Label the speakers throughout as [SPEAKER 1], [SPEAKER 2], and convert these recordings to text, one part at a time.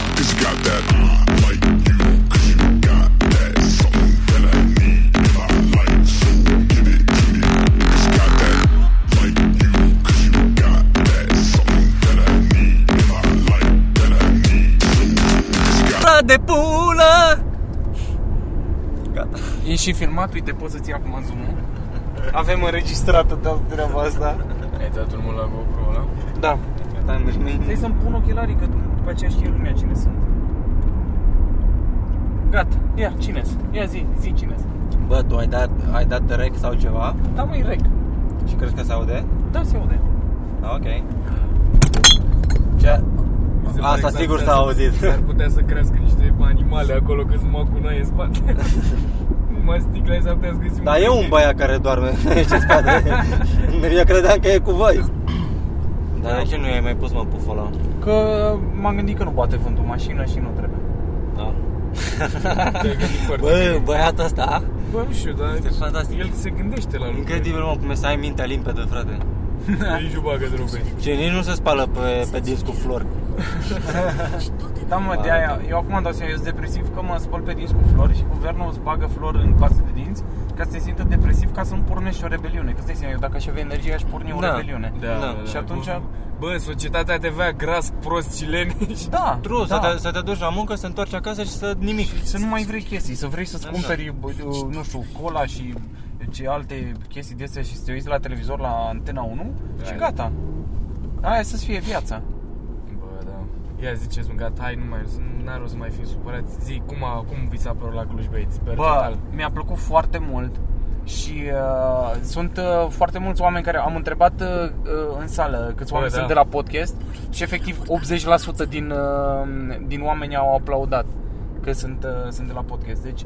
[SPEAKER 1] cause you got that. I like you cause you got that. Something that I need and I like. So give it to me. Cause you got that. Like you cause you got that. Something that I need and I like. That I need. So cause you got
[SPEAKER 2] Gata de pulă! Gata.
[SPEAKER 3] E și filmat, uite, poți să-ți ia acum zoom-ul.
[SPEAKER 2] Avem înregistrată toată treaba asta.
[SPEAKER 3] Ai dat drumul la GoPro ăla?
[SPEAKER 2] Da. Dar nu-
[SPEAKER 3] Trebuie
[SPEAKER 2] nu-
[SPEAKER 3] să-mi pun ochelarii, că după aceea știe lumea cine sunt. Gata, ia, cine sunt? Ia zi, zi cine sunt.
[SPEAKER 2] Bă, tu ai dat, ai dat rec sau ceva
[SPEAKER 3] Da, măi, rec.
[SPEAKER 2] și crezi că se aude?
[SPEAKER 3] Da, se aude.
[SPEAKER 2] Da, ok. Ce? Asta sigur s-a auzit.
[SPEAKER 4] S-ar putea să crească niște animale acolo, că sunt numai gunoaie în spate. Numai sticla s-ar putea să găsim.
[SPEAKER 2] Dar e un băiat care doarme aici în spate. Eu credeam că e cu voi. Dar de ce nu i-ai mai pus, mă, puful ăla?
[SPEAKER 3] Că m-am gândit că nu bate vântul mașina și nu trebuie.
[SPEAKER 2] Da.
[SPEAKER 4] Te-ai gândit foarte
[SPEAKER 2] Bă,
[SPEAKER 4] bine.
[SPEAKER 2] băiatul ăsta
[SPEAKER 4] Bă, nu știu, dar
[SPEAKER 2] Este fantastic.
[SPEAKER 4] el se gândește la lucruri.
[SPEAKER 2] Incredibil, mă, cum e să ai mintea limpede, frate
[SPEAKER 4] Nici o bagă de rupeni.
[SPEAKER 2] Și nici nu se spală pe, pe dinți cu flori
[SPEAKER 3] Da, mă, de aia, eu acum dau seama, eu sunt depresiv că mă spăl pe dinți cu flori și guvernul îți bagă flori în pasă de dinți ca să te simtă depresiv ca să nu pornești o rebeliune. Că stai seama, eu dacă aș avea energie, aș porni o
[SPEAKER 2] Da.
[SPEAKER 3] rebeliune.
[SPEAKER 2] Da.
[SPEAKER 3] Și atunci-
[SPEAKER 4] Bă, societatea te avea gras, prost și leniș.
[SPEAKER 3] Da,
[SPEAKER 2] True,
[SPEAKER 3] da.
[SPEAKER 2] să, te, să te duci la muncă, să te întorci acasă și să nimic
[SPEAKER 3] Să nu mai vrei chestii, să vrei să-ți
[SPEAKER 2] Așa.
[SPEAKER 3] cumperi, bă, eu, nu știu, cola și ce alte chestii de astea și să te uiți la televizor la Antena 1 și
[SPEAKER 4] Da.
[SPEAKER 3] gata. Aia să-ți fie viața.
[SPEAKER 4] Bă, da. Ia ziceți mă, gata, hai, nu mai, n-are rost să mai fim supărați. Zi, cum, a, cum vi s-a părut la Cluj, băieți? Pe
[SPEAKER 3] Bă,
[SPEAKER 4] total.
[SPEAKER 3] mi-a plăcut foarte mult și uh, sunt uh, foarte mulți oameni care am întrebat uh, uh, în sală câți
[SPEAKER 4] Bă,
[SPEAKER 3] oameni
[SPEAKER 4] da.
[SPEAKER 3] sunt de la podcast și efectiv 80% din, uh, din oameni au aplaudat că sunt, uh, sunt de la podcast. Deci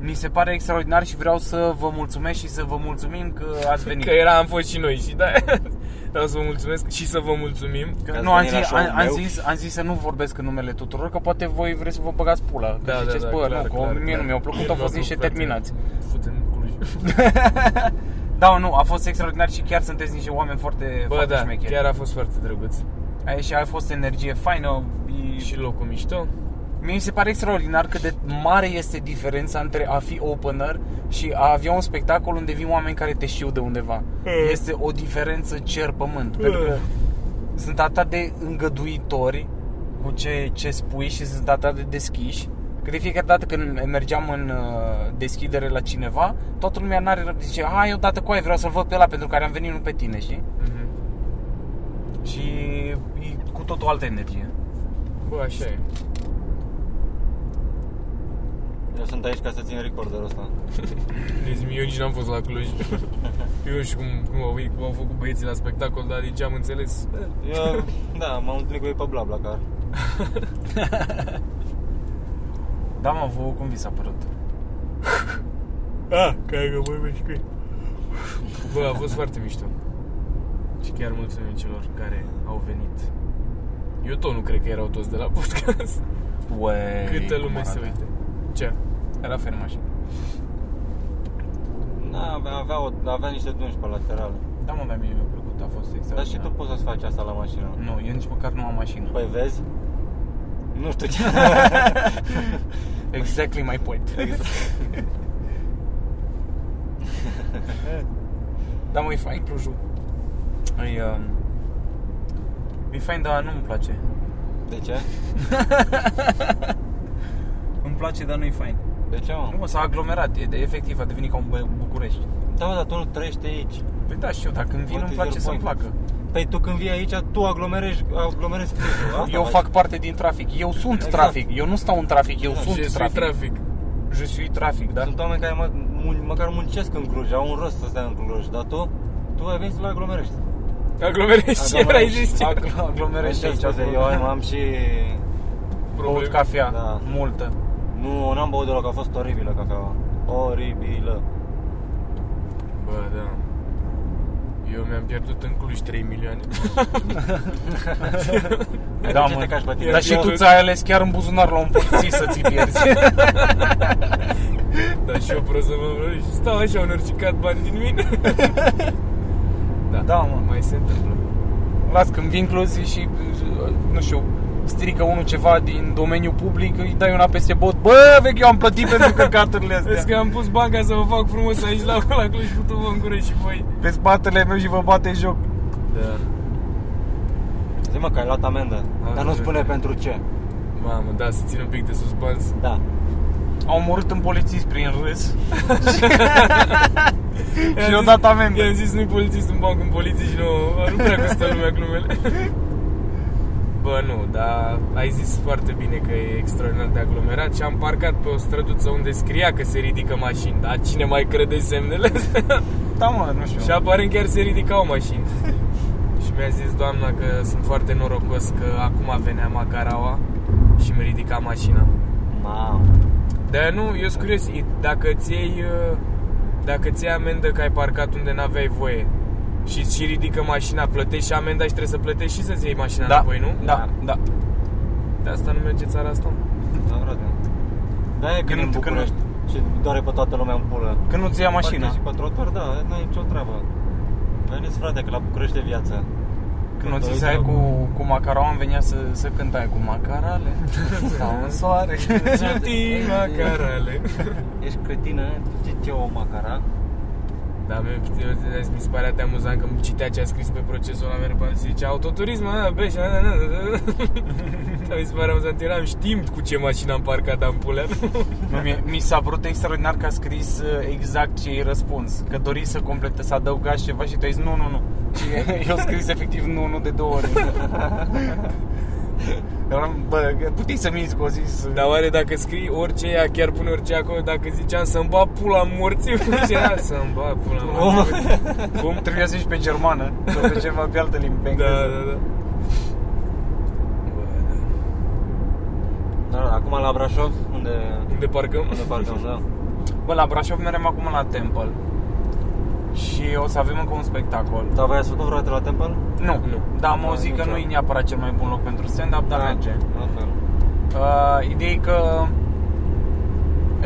[SPEAKER 3] mi se pare extraordinar și vreau să vă mulțumesc și să vă mulțumim că ați venit.
[SPEAKER 4] Că era, am fost și noi și da. Vreau să vă mulțumesc și să vă mulțumim.
[SPEAKER 3] Că-
[SPEAKER 2] Ați
[SPEAKER 3] nu, am
[SPEAKER 2] venit la
[SPEAKER 3] zis,
[SPEAKER 2] show-ul
[SPEAKER 3] am, am,
[SPEAKER 2] meu?
[SPEAKER 3] zis, am zis să nu vorbesc în numele tuturor, că poate voi vreți să vă băgați pula. Că
[SPEAKER 4] Da,
[SPEAKER 3] ziceți,
[SPEAKER 4] da, da,
[SPEAKER 3] bă,
[SPEAKER 4] clar,
[SPEAKER 3] nu, că
[SPEAKER 4] clar,
[SPEAKER 3] mie
[SPEAKER 4] clar.
[SPEAKER 3] nu mi-au plăcut,
[SPEAKER 4] Mie
[SPEAKER 3] au
[SPEAKER 4] nu mi-a
[SPEAKER 3] fost niște
[SPEAKER 4] plăcut,
[SPEAKER 3] terminați.
[SPEAKER 4] Fute în Cluj.
[SPEAKER 3] Da, nu, a fost extraordinar și chiar sunteți niște oameni foarte,
[SPEAKER 4] Bă,
[SPEAKER 3] foarte
[SPEAKER 4] da,
[SPEAKER 3] șmecheri.
[SPEAKER 4] chiar a fost foarte drăguț.
[SPEAKER 3] Ai- Și a fost energie faină. E...
[SPEAKER 4] Și
[SPEAKER 3] Și...
[SPEAKER 4] locul mișto.
[SPEAKER 3] Mie mi se pare extraordinar cât de mare este diferența între a fi opener și a avea un spectacol unde vin oameni care te știu de undeva. Este o diferență cer-pământ. Pentru că sunt atât de îngăduitori cu ce, ce spui și sunt atât de deschiși că de fiecare dată când mergeam în uh, deschidere la cineva, toată lumea n-are răbdare. zice, hai odată cu aia, vreau să-l văd pe ăla pentru care am venit, nu pe tine, știi?
[SPEAKER 4] Mhm.
[SPEAKER 3] Și e cu tot o altă energie.
[SPEAKER 4] Bă, așa e.
[SPEAKER 2] Eu sunt aici ca să țin recorderul ăsta
[SPEAKER 4] Deci eu nici n-am fost la Cluj. Eu nu știu cum, cum, au, cum au făcut băieții la spectacol, dar din ce am înțeles,
[SPEAKER 2] Eu, da, m-am întâlnit cu ei pe Blablacar
[SPEAKER 3] Da, mă, vouă cum vi s-a părut?
[SPEAKER 4] Ah, cred că voi mergi cu ei. Bă, a fost foarte mișto. Și chiar mulțumim celor care au venit. Eu tot nu cred că erau toți de la podcast.
[SPEAKER 3] Uei,
[SPEAKER 4] Câtă
[SPEAKER 3] cum
[SPEAKER 4] lume se
[SPEAKER 3] arată.
[SPEAKER 4] uite. Ce?
[SPEAKER 3] Era ferm așa.
[SPEAKER 2] Da, avea, avea, o, avea niște dungi pe lateral
[SPEAKER 3] Da, mă, dar mie mi-a plăcut, a fost extraordinar.
[SPEAKER 2] Dar și tu poți să-ți faci asta la mașină
[SPEAKER 3] Nu, eu nici măcar nu am mașină.
[SPEAKER 2] Da. Păi vezi? Nu știu ce
[SPEAKER 3] Exactly my point. da, mă, e fain Clujul. E, um, e fain, dar nu-mi place.
[SPEAKER 2] De ce?
[SPEAKER 3] Îmi place, dar nu-i fain.
[SPEAKER 2] De ce,
[SPEAKER 3] Nu,
[SPEAKER 2] mă?
[SPEAKER 3] mă, s-a aglomerat, e, de, efectiv, a devenit ca un Bă- București.
[SPEAKER 2] Da, mă, dar tu nu trăiești aici
[SPEAKER 3] Păi da, știu, dacă când vin
[SPEAKER 2] What
[SPEAKER 3] îmi
[SPEAKER 2] is
[SPEAKER 3] place
[SPEAKER 2] your
[SPEAKER 3] să-mi
[SPEAKER 2] point?
[SPEAKER 3] placă.
[SPEAKER 2] Păi tu când vii aici, tu aglomerezi, aglomerezi Clujul. Asta
[SPEAKER 3] Eu
[SPEAKER 2] faci.
[SPEAKER 3] fac parte din trafic. Eu sunt
[SPEAKER 2] Exact.
[SPEAKER 3] trafic. Eu nu stau în trafic, eu
[SPEAKER 2] Da,
[SPEAKER 3] sunt
[SPEAKER 4] Je suis
[SPEAKER 3] trafic.
[SPEAKER 4] trafic.
[SPEAKER 3] Je suis trafic, da?
[SPEAKER 2] Sunt oameni care mă, mun, măcar muncesc în Cluj, au un rost să stea în Cluj, dar tu, tu ai venit să-l aglomerești.
[SPEAKER 4] Aglomerești, ce vrei zis ce?
[SPEAKER 3] Aglo- Aglomerești
[SPEAKER 2] Îmi
[SPEAKER 3] aici.
[SPEAKER 2] cer scuze,
[SPEAKER 3] acolo.
[SPEAKER 2] Păi Eu am, am și...
[SPEAKER 3] Băut
[SPEAKER 4] Probleme.
[SPEAKER 3] cafea,
[SPEAKER 2] Da.
[SPEAKER 3] multă.
[SPEAKER 2] Nu, n-am băut deloc, a fost oribilă cafeaua. Oribilă.
[SPEAKER 4] Bă, da. Eu mi-am pierdut în Cluj 3 milioane.
[SPEAKER 3] Da,
[SPEAKER 2] ce
[SPEAKER 3] mă.
[SPEAKER 2] te cași pe tine?
[SPEAKER 3] Dar și tu ți-ai ales chiar în buzunar la un polițist să ți pierzi.
[SPEAKER 4] Dar și eu prost să mă vrei. Stau așa, un urcicat bani din mine. da.
[SPEAKER 3] Da, mă.
[SPEAKER 4] Mai se întâmplă.
[SPEAKER 3] Las, când vin Cluj și, nu știu, strică unul ceva din domeniul public, îi dai una peste bot, bă, vechi, eu am plătit pentru căcaturile
[SPEAKER 4] Vezi că
[SPEAKER 3] astea.
[SPEAKER 4] am pus banca să vă fac frumos aici la, la Cluj Putu în gură și voi
[SPEAKER 3] Pe spatele meu și vă bate joc.
[SPEAKER 4] Da
[SPEAKER 2] Zi mă că ai luat amendă,
[SPEAKER 3] Ah,
[SPEAKER 2] dar nu spune pentru ce.
[SPEAKER 4] Mamă, da, să țin un pic de suspans
[SPEAKER 2] Da.
[SPEAKER 3] Au omorât în polițist prin râs. Și
[SPEAKER 4] I-am
[SPEAKER 3] i-au
[SPEAKER 4] zis-
[SPEAKER 3] dat amendă.
[SPEAKER 4] I-am zis, nu-i polițist în banc, în polițist și nu, nu prea costă lumea glumele Bă, nu, dar ai zis foarte bine că e extraordinar de aglomerat și am parcat pe o străduță unde scria că se ridică mașini, dar cine mai crede semnele astea?
[SPEAKER 3] Da, mă, nu știu.
[SPEAKER 4] Și aparent chiar se ridicau mașini. și mi-a zis doamna că sunt foarte norocos că acum venea Macaraua și mi ridica mașina.
[SPEAKER 2] Mamă.
[SPEAKER 4] Dar nu, eu sunt curios, i- dacă ți iei, uh, dacă ți iei amendă că ai parcat unde n-aveai voie și și ridică mașina, plătești și amenda și trebuie să plătești și să-ți iei mașina
[SPEAKER 3] da,
[SPEAKER 4] înapoi, nu?
[SPEAKER 3] Da, da.
[SPEAKER 4] De asta nu merge țara asta.
[SPEAKER 2] Da, frate. Da, e când,
[SPEAKER 3] Când-
[SPEAKER 2] în
[SPEAKER 3] când-
[SPEAKER 2] București și doare pe toată lumea în pulă.
[SPEAKER 3] Când nu-ți ia mașina.
[SPEAKER 2] Parchezi Și pe trotuar, da, n-ai nicio treabă. Veniți, frate, că la București de viață.
[SPEAKER 3] Când o
[SPEAKER 2] Tot
[SPEAKER 3] țisai
[SPEAKER 2] aici,
[SPEAKER 3] cu, cu macarau, am venea să, să cântai cu macarale. Stau în soare.
[SPEAKER 4] Gentii, macarale.
[SPEAKER 2] Ești cretină, tu știi ce e o macara?
[SPEAKER 4] Da, mi, eu, ți- mi se pare de amuzant că citea ce a scris pe procesul ăla mereu pe zice autoturism, a, beș, a, a, a, a. Da, mi se pare amuzant, eram știm cu ce mașină am parcat am pulea.
[SPEAKER 3] Nu, mie- Mi s-a părut extraordinar că a scris uh, exact ce i răspuns. Că dori să complete, să adăugați ceva și tu ai zis nu, nu, nu. Și eu am scris efectiv nu, nu de două ori. Eram, bă, că puteai să minți că o zis...
[SPEAKER 4] Dar oare dacă scrii orice ea, chiar pune orice acolo, dacă ziceam să-mi bag pula morții, și era să-mi bag pula morții.
[SPEAKER 3] Cum? Trebuia să ești pe germană sau pe ceva pe altă limbă, pe
[SPEAKER 4] Da,
[SPEAKER 3] engleză.
[SPEAKER 4] da, da. Bă, da.
[SPEAKER 2] Da, da, acum la Brașov, unde,
[SPEAKER 4] Unde da. parcăm?
[SPEAKER 2] unde parcăm, da.
[SPEAKER 3] Bă, la Brașov merem acum la Temple. Și o să avem încă un spectacol.
[SPEAKER 2] Dar voi ați făcut vreodată la Temple?
[SPEAKER 3] Nu,
[SPEAKER 4] Nu. Da.
[SPEAKER 3] dar mă
[SPEAKER 2] Da,
[SPEAKER 3] zic că
[SPEAKER 2] nicio.
[SPEAKER 3] nu e neapărat cel mai bun loc pentru stand-up, dar Da, merge.
[SPEAKER 2] La fel.
[SPEAKER 3] Uh, ideea e că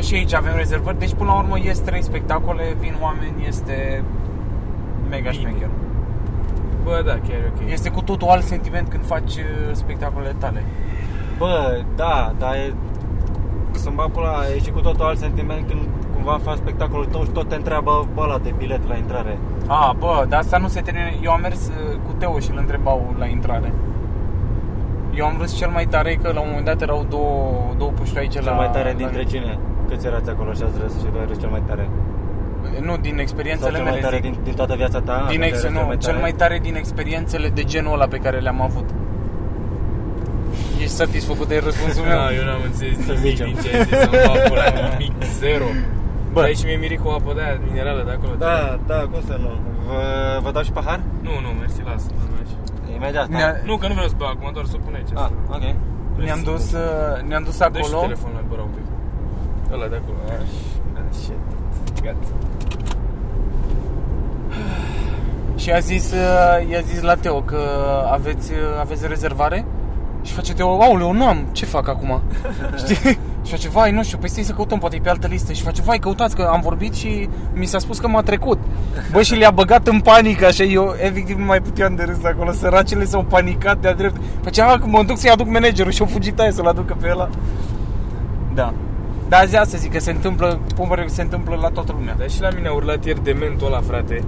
[SPEAKER 3] și aici avem rezervări, deci până la urmă este trei spectacole, vin oameni, este mega
[SPEAKER 4] Bine.
[SPEAKER 3] șmecher.
[SPEAKER 4] Bă, da, chiar e ok.
[SPEAKER 3] Este cu totul alt sentiment când faci uh, spectacolele tale.
[SPEAKER 2] Bă, da, dar e... Sunt bapula, e și cu totul alt sentiment când cumva faci spectacolul tău și tot te întreabă ăla de bilet la intrare.
[SPEAKER 3] A, bă, dar asta nu se termină. Eu am mers uh, cu Teo și îl întrebau la intrare. Eu am râs cel mai tare că la un moment dat erau două, două puștoaice
[SPEAKER 2] Cel
[SPEAKER 3] la...
[SPEAKER 2] mai tare
[SPEAKER 3] la-
[SPEAKER 2] dintre cine? Câți erați acolo și ați râs și tu ai râs cel mai tare?
[SPEAKER 3] Nu, din
[SPEAKER 2] Sau
[SPEAKER 3] experiențele
[SPEAKER 2] cel mai
[SPEAKER 3] mele,
[SPEAKER 2] tare
[SPEAKER 3] zic.
[SPEAKER 2] din, din Ah, toată viața ta?
[SPEAKER 3] din
[SPEAKER 2] Care
[SPEAKER 3] ex,
[SPEAKER 2] era
[SPEAKER 3] nu, cel mai tare din experiențele de genul ăla pe care le-am avut. Ești satisfăcut de răspunsul meu?
[SPEAKER 4] Da, eu n-am înțeles
[SPEAKER 2] Să
[SPEAKER 4] nimic
[SPEAKER 2] zicem.
[SPEAKER 4] din ce ai zis, să-mi bag pula, nimic, zero. Bă. Dai și mie mirit cu apă de aia minerală de acolo.
[SPEAKER 2] Da, da, cum să nu? Vă, vă dau și pahar?
[SPEAKER 4] Nu, nu, mersi, lasă. nu mergi.
[SPEAKER 2] Imediat, da.
[SPEAKER 3] Ne-a-
[SPEAKER 4] Nu, că nu vreau să beau acum, doar să o pun aici.
[SPEAKER 2] Ah, ok.
[SPEAKER 3] Ne-am dus, uh, ne-am dus
[SPEAKER 4] Dă și
[SPEAKER 3] acolo.
[SPEAKER 4] telefonul la bără un pic. Ăla de acolo. Așa, așa, gata.
[SPEAKER 3] Și a zis, uh, i-a zis la Teo că aveți, uh, aveți rezervare? Și face Teo, aoleu, nu am, ce fac acum? Știi? Și face, vai, nu știu, păi stai să căutăm, poate e pe altă listă Și face, vai, căutați, că am vorbit și mi s-a spus că m-a trecut Bă, și le-a băgat în panică, așa, eu efectiv nu mai puteam de râs acolo Săracele s-au panicat de-a drept Făcea, "A, mă duc să-i aduc managerul și-au fugit aia să-l aducă pe ăla Da dar azi asta zic că se întâmplă, cum pare că se întâmplă la toată lumea.
[SPEAKER 4] Dar și la mine a urlat ieri dementul ăla, frate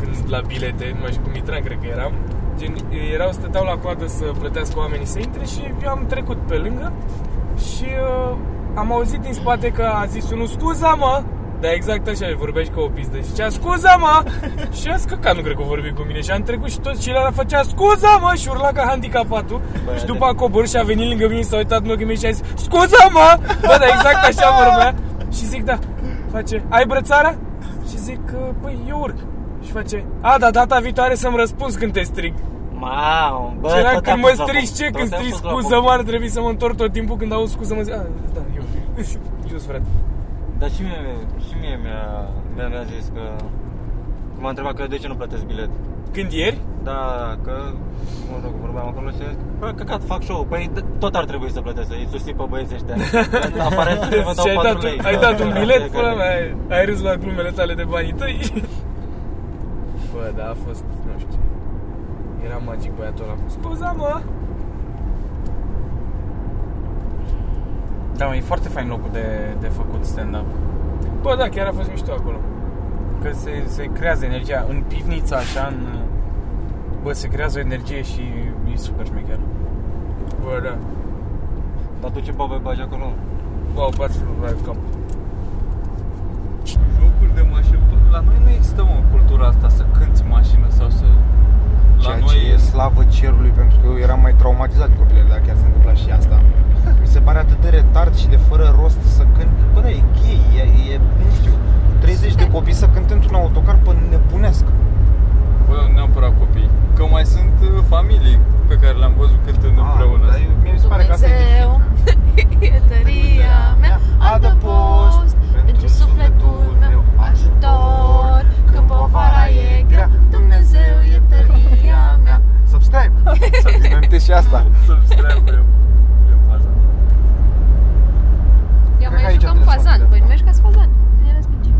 [SPEAKER 4] Când la bilete, nu mai știu cum intram, cred că eram Gen, erau, stăteau la coadă să plătească oamenii să intre Și eu am trecut pe lângă Și uh, am auzit din spate că a zis unul Scuza mă! Dar exact așa, vorbeai ca o pizdă Și zicea, scuza mă! și a scăcat, nu cred că vorbi cu mine Și am trecut și tot și el făcea, scuza mă! Și urla ca handicapatul
[SPEAKER 2] Băiate.
[SPEAKER 4] Și după a coborât și a venit lângă mine și s-a uitat în ochii mei și a zis Scuza mă! Bă, dar exact așa vorbea Și zic, da, face, ai brățara? Și zic, "Că, păi, eu urc Și face, a, da, data viitoare să-mi răspunzi când te strig
[SPEAKER 2] Mamă, bă,
[SPEAKER 4] Bă,
[SPEAKER 2] tot
[SPEAKER 4] Era
[SPEAKER 2] te-a
[SPEAKER 4] când
[SPEAKER 2] pus
[SPEAKER 4] mă
[SPEAKER 2] la
[SPEAKER 4] strici
[SPEAKER 2] punct.
[SPEAKER 4] ce?
[SPEAKER 2] Tot
[SPEAKER 4] Când
[SPEAKER 2] te-a
[SPEAKER 4] strici
[SPEAKER 2] pus la punct.
[SPEAKER 4] scuză mă ar trebui să mă întorc tot timpul când aud scuză mă zic, a, da, eu, eu sunt frate
[SPEAKER 2] Dar și mie, și mie mi-a, mi-a, mi-a zis că... Cum m-a întrebat că de ce nu plătesc bilet?
[SPEAKER 4] Când ieri?
[SPEAKER 2] Da, că, mă rog, vorbeam acolo și a zis, bă, căcat, fac show Păi d- tot ar trebui să plătesc, să-i susții pe băieții ăștia Aparent trebuie vă dau
[SPEAKER 4] Și ai
[SPEAKER 2] 4
[SPEAKER 4] dat,
[SPEAKER 2] lei
[SPEAKER 4] un, ai dat un bilet, pula mea, ai, ai râs la glumele tale de banii tăi Bă, da, a fost, nu știu Era magic băiatul ăla Scuza mă
[SPEAKER 3] Da, mă, e foarte fain locul de, de făcut stand-up.
[SPEAKER 4] Bă, da, chiar a fost mișto acolo.
[SPEAKER 3] Că se, se creează energia în pivniță, așa, în... Bă, se creează o energie și e super șmecher.
[SPEAKER 4] Bă, da.
[SPEAKER 2] Dar tu ce bobe bagi acolo?
[SPEAKER 4] Bă, au patru la cap.
[SPEAKER 5] Jocuri de mașină. Păi, La noi nu există o cultura asta să cânti mașină sau să... La
[SPEAKER 6] Ceea
[SPEAKER 5] noi
[SPEAKER 6] ce e slavă cerului pentru că eu eram mai traumatizat de copilărie dacă chiar se întâmpla și asta. Mi se pare atât de retard și de fără rost să cânt. Bă, da, e gay, e, e, nu știu, 30 de copii să cânte într-un autocar pe nebunesc.
[SPEAKER 5] Bă, nu neapărat copii. Că mai sunt uh, familii pe care le-am văzut cântând împreună.
[SPEAKER 6] Ah,
[SPEAKER 5] da.
[SPEAKER 6] dar eu- mie mi se pare că asta e
[SPEAKER 7] Dumnezeu,
[SPEAKER 6] dificil.
[SPEAKER 7] E tăria mea adăpost Pentru sufletul meu ajutor Când povara e grea Dumnezeu e tăria mea
[SPEAKER 6] Subscribe! Să ținem aminte și asta.
[SPEAKER 5] Subscribe eu. Eu faza.
[SPEAKER 7] Eu
[SPEAKER 6] că
[SPEAKER 7] mai
[SPEAKER 6] aici
[SPEAKER 7] jucăm
[SPEAKER 6] trebuie să facem
[SPEAKER 7] fazan Păi Voi
[SPEAKER 6] asta.
[SPEAKER 7] numești ca fazan Ne răspici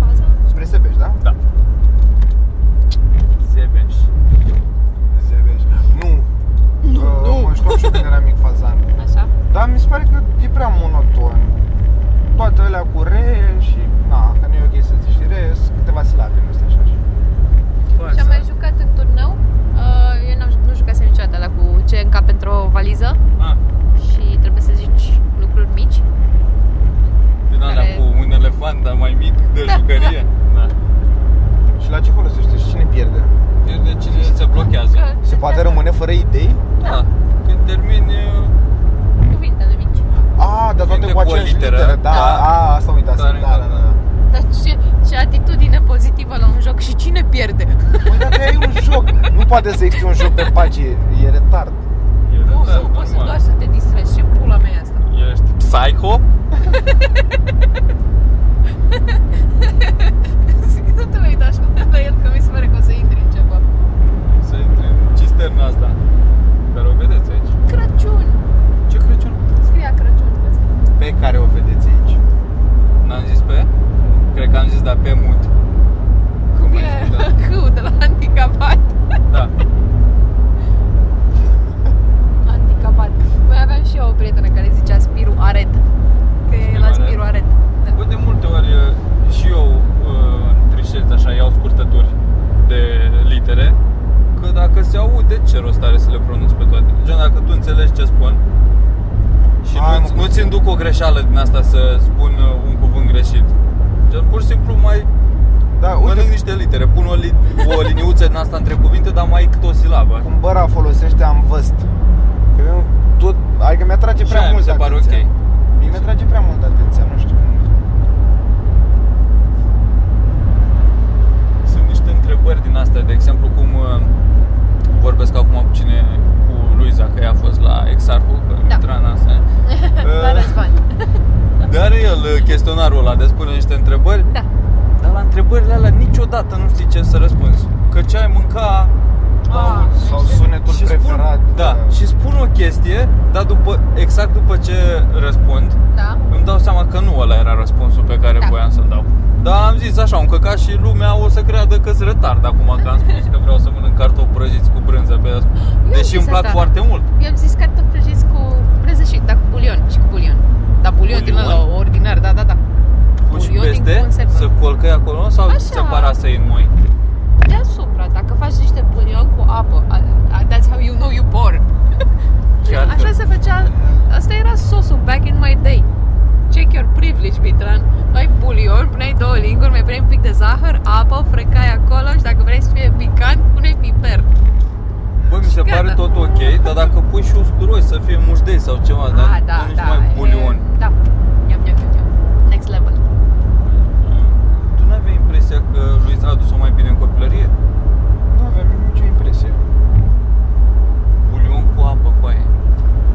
[SPEAKER 7] Fazan
[SPEAKER 6] Spre Sebeș, da?
[SPEAKER 5] Zebeș.
[SPEAKER 6] Sebeș. Nu. Nu, uh, nu. Mă jucam și eu când eram mic fazan.
[SPEAKER 7] Așa
[SPEAKER 6] Dar mi se pare că e prea monoton. Toate alea cu re și... Na, că nu e ok să zici re, sunt câteva silabe, nu este așa.
[SPEAKER 7] Și am mai jucat în turneu Uh, Eu n-am, ju- nu jucasem niciodată la cu ce încap într-o valiză
[SPEAKER 5] Ah,
[SPEAKER 7] Și trebuie să zici lucruri mici
[SPEAKER 5] din
[SPEAKER 7] Care-
[SPEAKER 5] alea cu un elefant, dar mai mic, de jucărie. Da.
[SPEAKER 6] Și la ce folosește și cine pierde?
[SPEAKER 5] Deci de cine se blochează.
[SPEAKER 6] Se poate rămâne fără idei?
[SPEAKER 5] Da. Când termini uh,
[SPEAKER 7] Cuvintele mici
[SPEAKER 6] A, dar toate
[SPEAKER 5] Vine
[SPEAKER 6] cu
[SPEAKER 5] cu o
[SPEAKER 6] aceeași
[SPEAKER 5] literă.
[SPEAKER 6] literă. Da,
[SPEAKER 5] Da.
[SPEAKER 6] a, asta
[SPEAKER 4] Păi,
[SPEAKER 6] uitasem.
[SPEAKER 5] Care-
[SPEAKER 6] Da, da, da.
[SPEAKER 7] Dar ce, ce atitudine pozitivă la un joc Și cine pierde?
[SPEAKER 6] Păi dacă e un joc, nu poate să existe un joc pe pace, e retard.
[SPEAKER 5] e
[SPEAKER 7] Nu,
[SPEAKER 5] retard,
[SPEAKER 7] nu, poți să
[SPEAKER 5] da, normal.
[SPEAKER 7] doar să te distrezi. Ce pula mea e asta?
[SPEAKER 5] Ești psycho?
[SPEAKER 7] nu te mai uita așa la el, că mi se pare că o să intri în ceva.
[SPEAKER 5] Să intri în cisterna asta. Care o vedeți aici.
[SPEAKER 7] Crăciun!
[SPEAKER 5] Ce Crăciun?
[SPEAKER 7] Scria Crăciun pe asta.
[SPEAKER 6] Pe care o vedeți aici.
[SPEAKER 5] N-am zis pe? Cred că am zis, dar pe mut. Cum ai zis, da?
[SPEAKER 7] E Hâu de la handicapat.
[SPEAKER 5] da.
[SPEAKER 7] Handicapat. Mai aveam și eu o prietenă care zicea Spiru Aret. Că e
[SPEAKER 5] Spiru
[SPEAKER 7] la
[SPEAKER 5] Aret.
[SPEAKER 7] Spiru Aret. Da.
[SPEAKER 5] Bă, de multe ori uh, și eu uh, în trișez așa, iau scurtături de litere, că dacă se aude, ce rost are să le pronunț pe toate? Gen, dacă tu înțelegi ce spun și
[SPEAKER 6] Hai,
[SPEAKER 5] nu,
[SPEAKER 6] Ah, mă,
[SPEAKER 5] nu ți induc o greșeală din asta să spun uh, un cuvânt greșit. Gen, pur și simplu mai
[SPEAKER 6] Da,
[SPEAKER 5] mănânc
[SPEAKER 6] uite
[SPEAKER 5] niște litere, pun o, li- o liniuță din asta între cuvinte, dar mai cât o silabă.
[SPEAKER 6] cum băra folosește am văst. Că eu tot, adică mi-atrage
[SPEAKER 5] Și
[SPEAKER 6] prea
[SPEAKER 5] aia mi
[SPEAKER 6] mult
[SPEAKER 5] se pare
[SPEAKER 6] atenția.
[SPEAKER 5] ok.
[SPEAKER 6] Mie mi-atrage prea mult atenția, nu știu.
[SPEAKER 5] Sunt niște întrebări din astea, de exemplu, cum uh, vorbesc acum cu cine, cu Luiza, că ea a fost la Exarhu, că
[SPEAKER 7] Da.
[SPEAKER 5] da. Mitran asta.
[SPEAKER 7] La Da, Răzvan.
[SPEAKER 5] Dar are el uh, chestionarul ăla de spune niște întrebări,
[SPEAKER 7] Da.
[SPEAKER 5] dar la întrebările alea niciodată nu știi ce să răspunzi. Că ce ai mânca
[SPEAKER 7] Ah,
[SPEAKER 6] Sau sunetul
[SPEAKER 5] și
[SPEAKER 6] preferat.
[SPEAKER 5] spun, da, și spun o chestie, dar după, exact după ce răspund,
[SPEAKER 7] Da.
[SPEAKER 5] îmi dau seama că nu ăla era răspunsul pe care
[SPEAKER 7] Da.
[SPEAKER 5] voiam să-l dau. Dar am zis așa, un căcat și lumea o să creadă că sunt retard acum că am spus că vreau să mănânc cartofi prăjiți cu brânză pe asta. Deși
[SPEAKER 7] zis
[SPEAKER 5] îmi plac
[SPEAKER 7] asta.
[SPEAKER 5] foarte mult.
[SPEAKER 7] Eu am zis cartofi prăjiți cu brânză și, da, cu bulion și cu bulion. Da, bulion din
[SPEAKER 5] Bulion?
[SPEAKER 7] ăla ordinar, da, da, da.
[SPEAKER 5] Puși
[SPEAKER 7] Bulion din
[SPEAKER 5] peste,
[SPEAKER 7] conservă.
[SPEAKER 5] să colcăi acolo sau
[SPEAKER 7] Așa.
[SPEAKER 5] separat să-i înmoi.
[SPEAKER 7] Deasupra, dacă faci niște bulion cu apă, a- a- that's how you know you born.
[SPEAKER 5] Chiar
[SPEAKER 7] Așa
[SPEAKER 5] că-
[SPEAKER 7] se făcea, asta era sosul back in my day. Check your privilege, Mitran. Mai bulion, puneai două linguri, mai puneai un pic de zahăr, apă, o frecai acolo și dacă vrei să fie picant, pune piper.
[SPEAKER 5] Bă, mi se
[SPEAKER 7] Gata.
[SPEAKER 5] pare tot ok, dar dacă pui și usturoi să fie mușdei sau ceva, dar
[SPEAKER 7] Ah, da,
[SPEAKER 5] nu
[SPEAKER 7] da.
[SPEAKER 5] mai bulion.
[SPEAKER 7] E, da. Iam, iam, iam, iam. Next level.
[SPEAKER 5] Tu nu aveai impresia că lui a adus-o mai bine în copilărie?
[SPEAKER 6] Nu aveam nicio impresie.
[SPEAKER 5] Bulion cu apă, cu aia.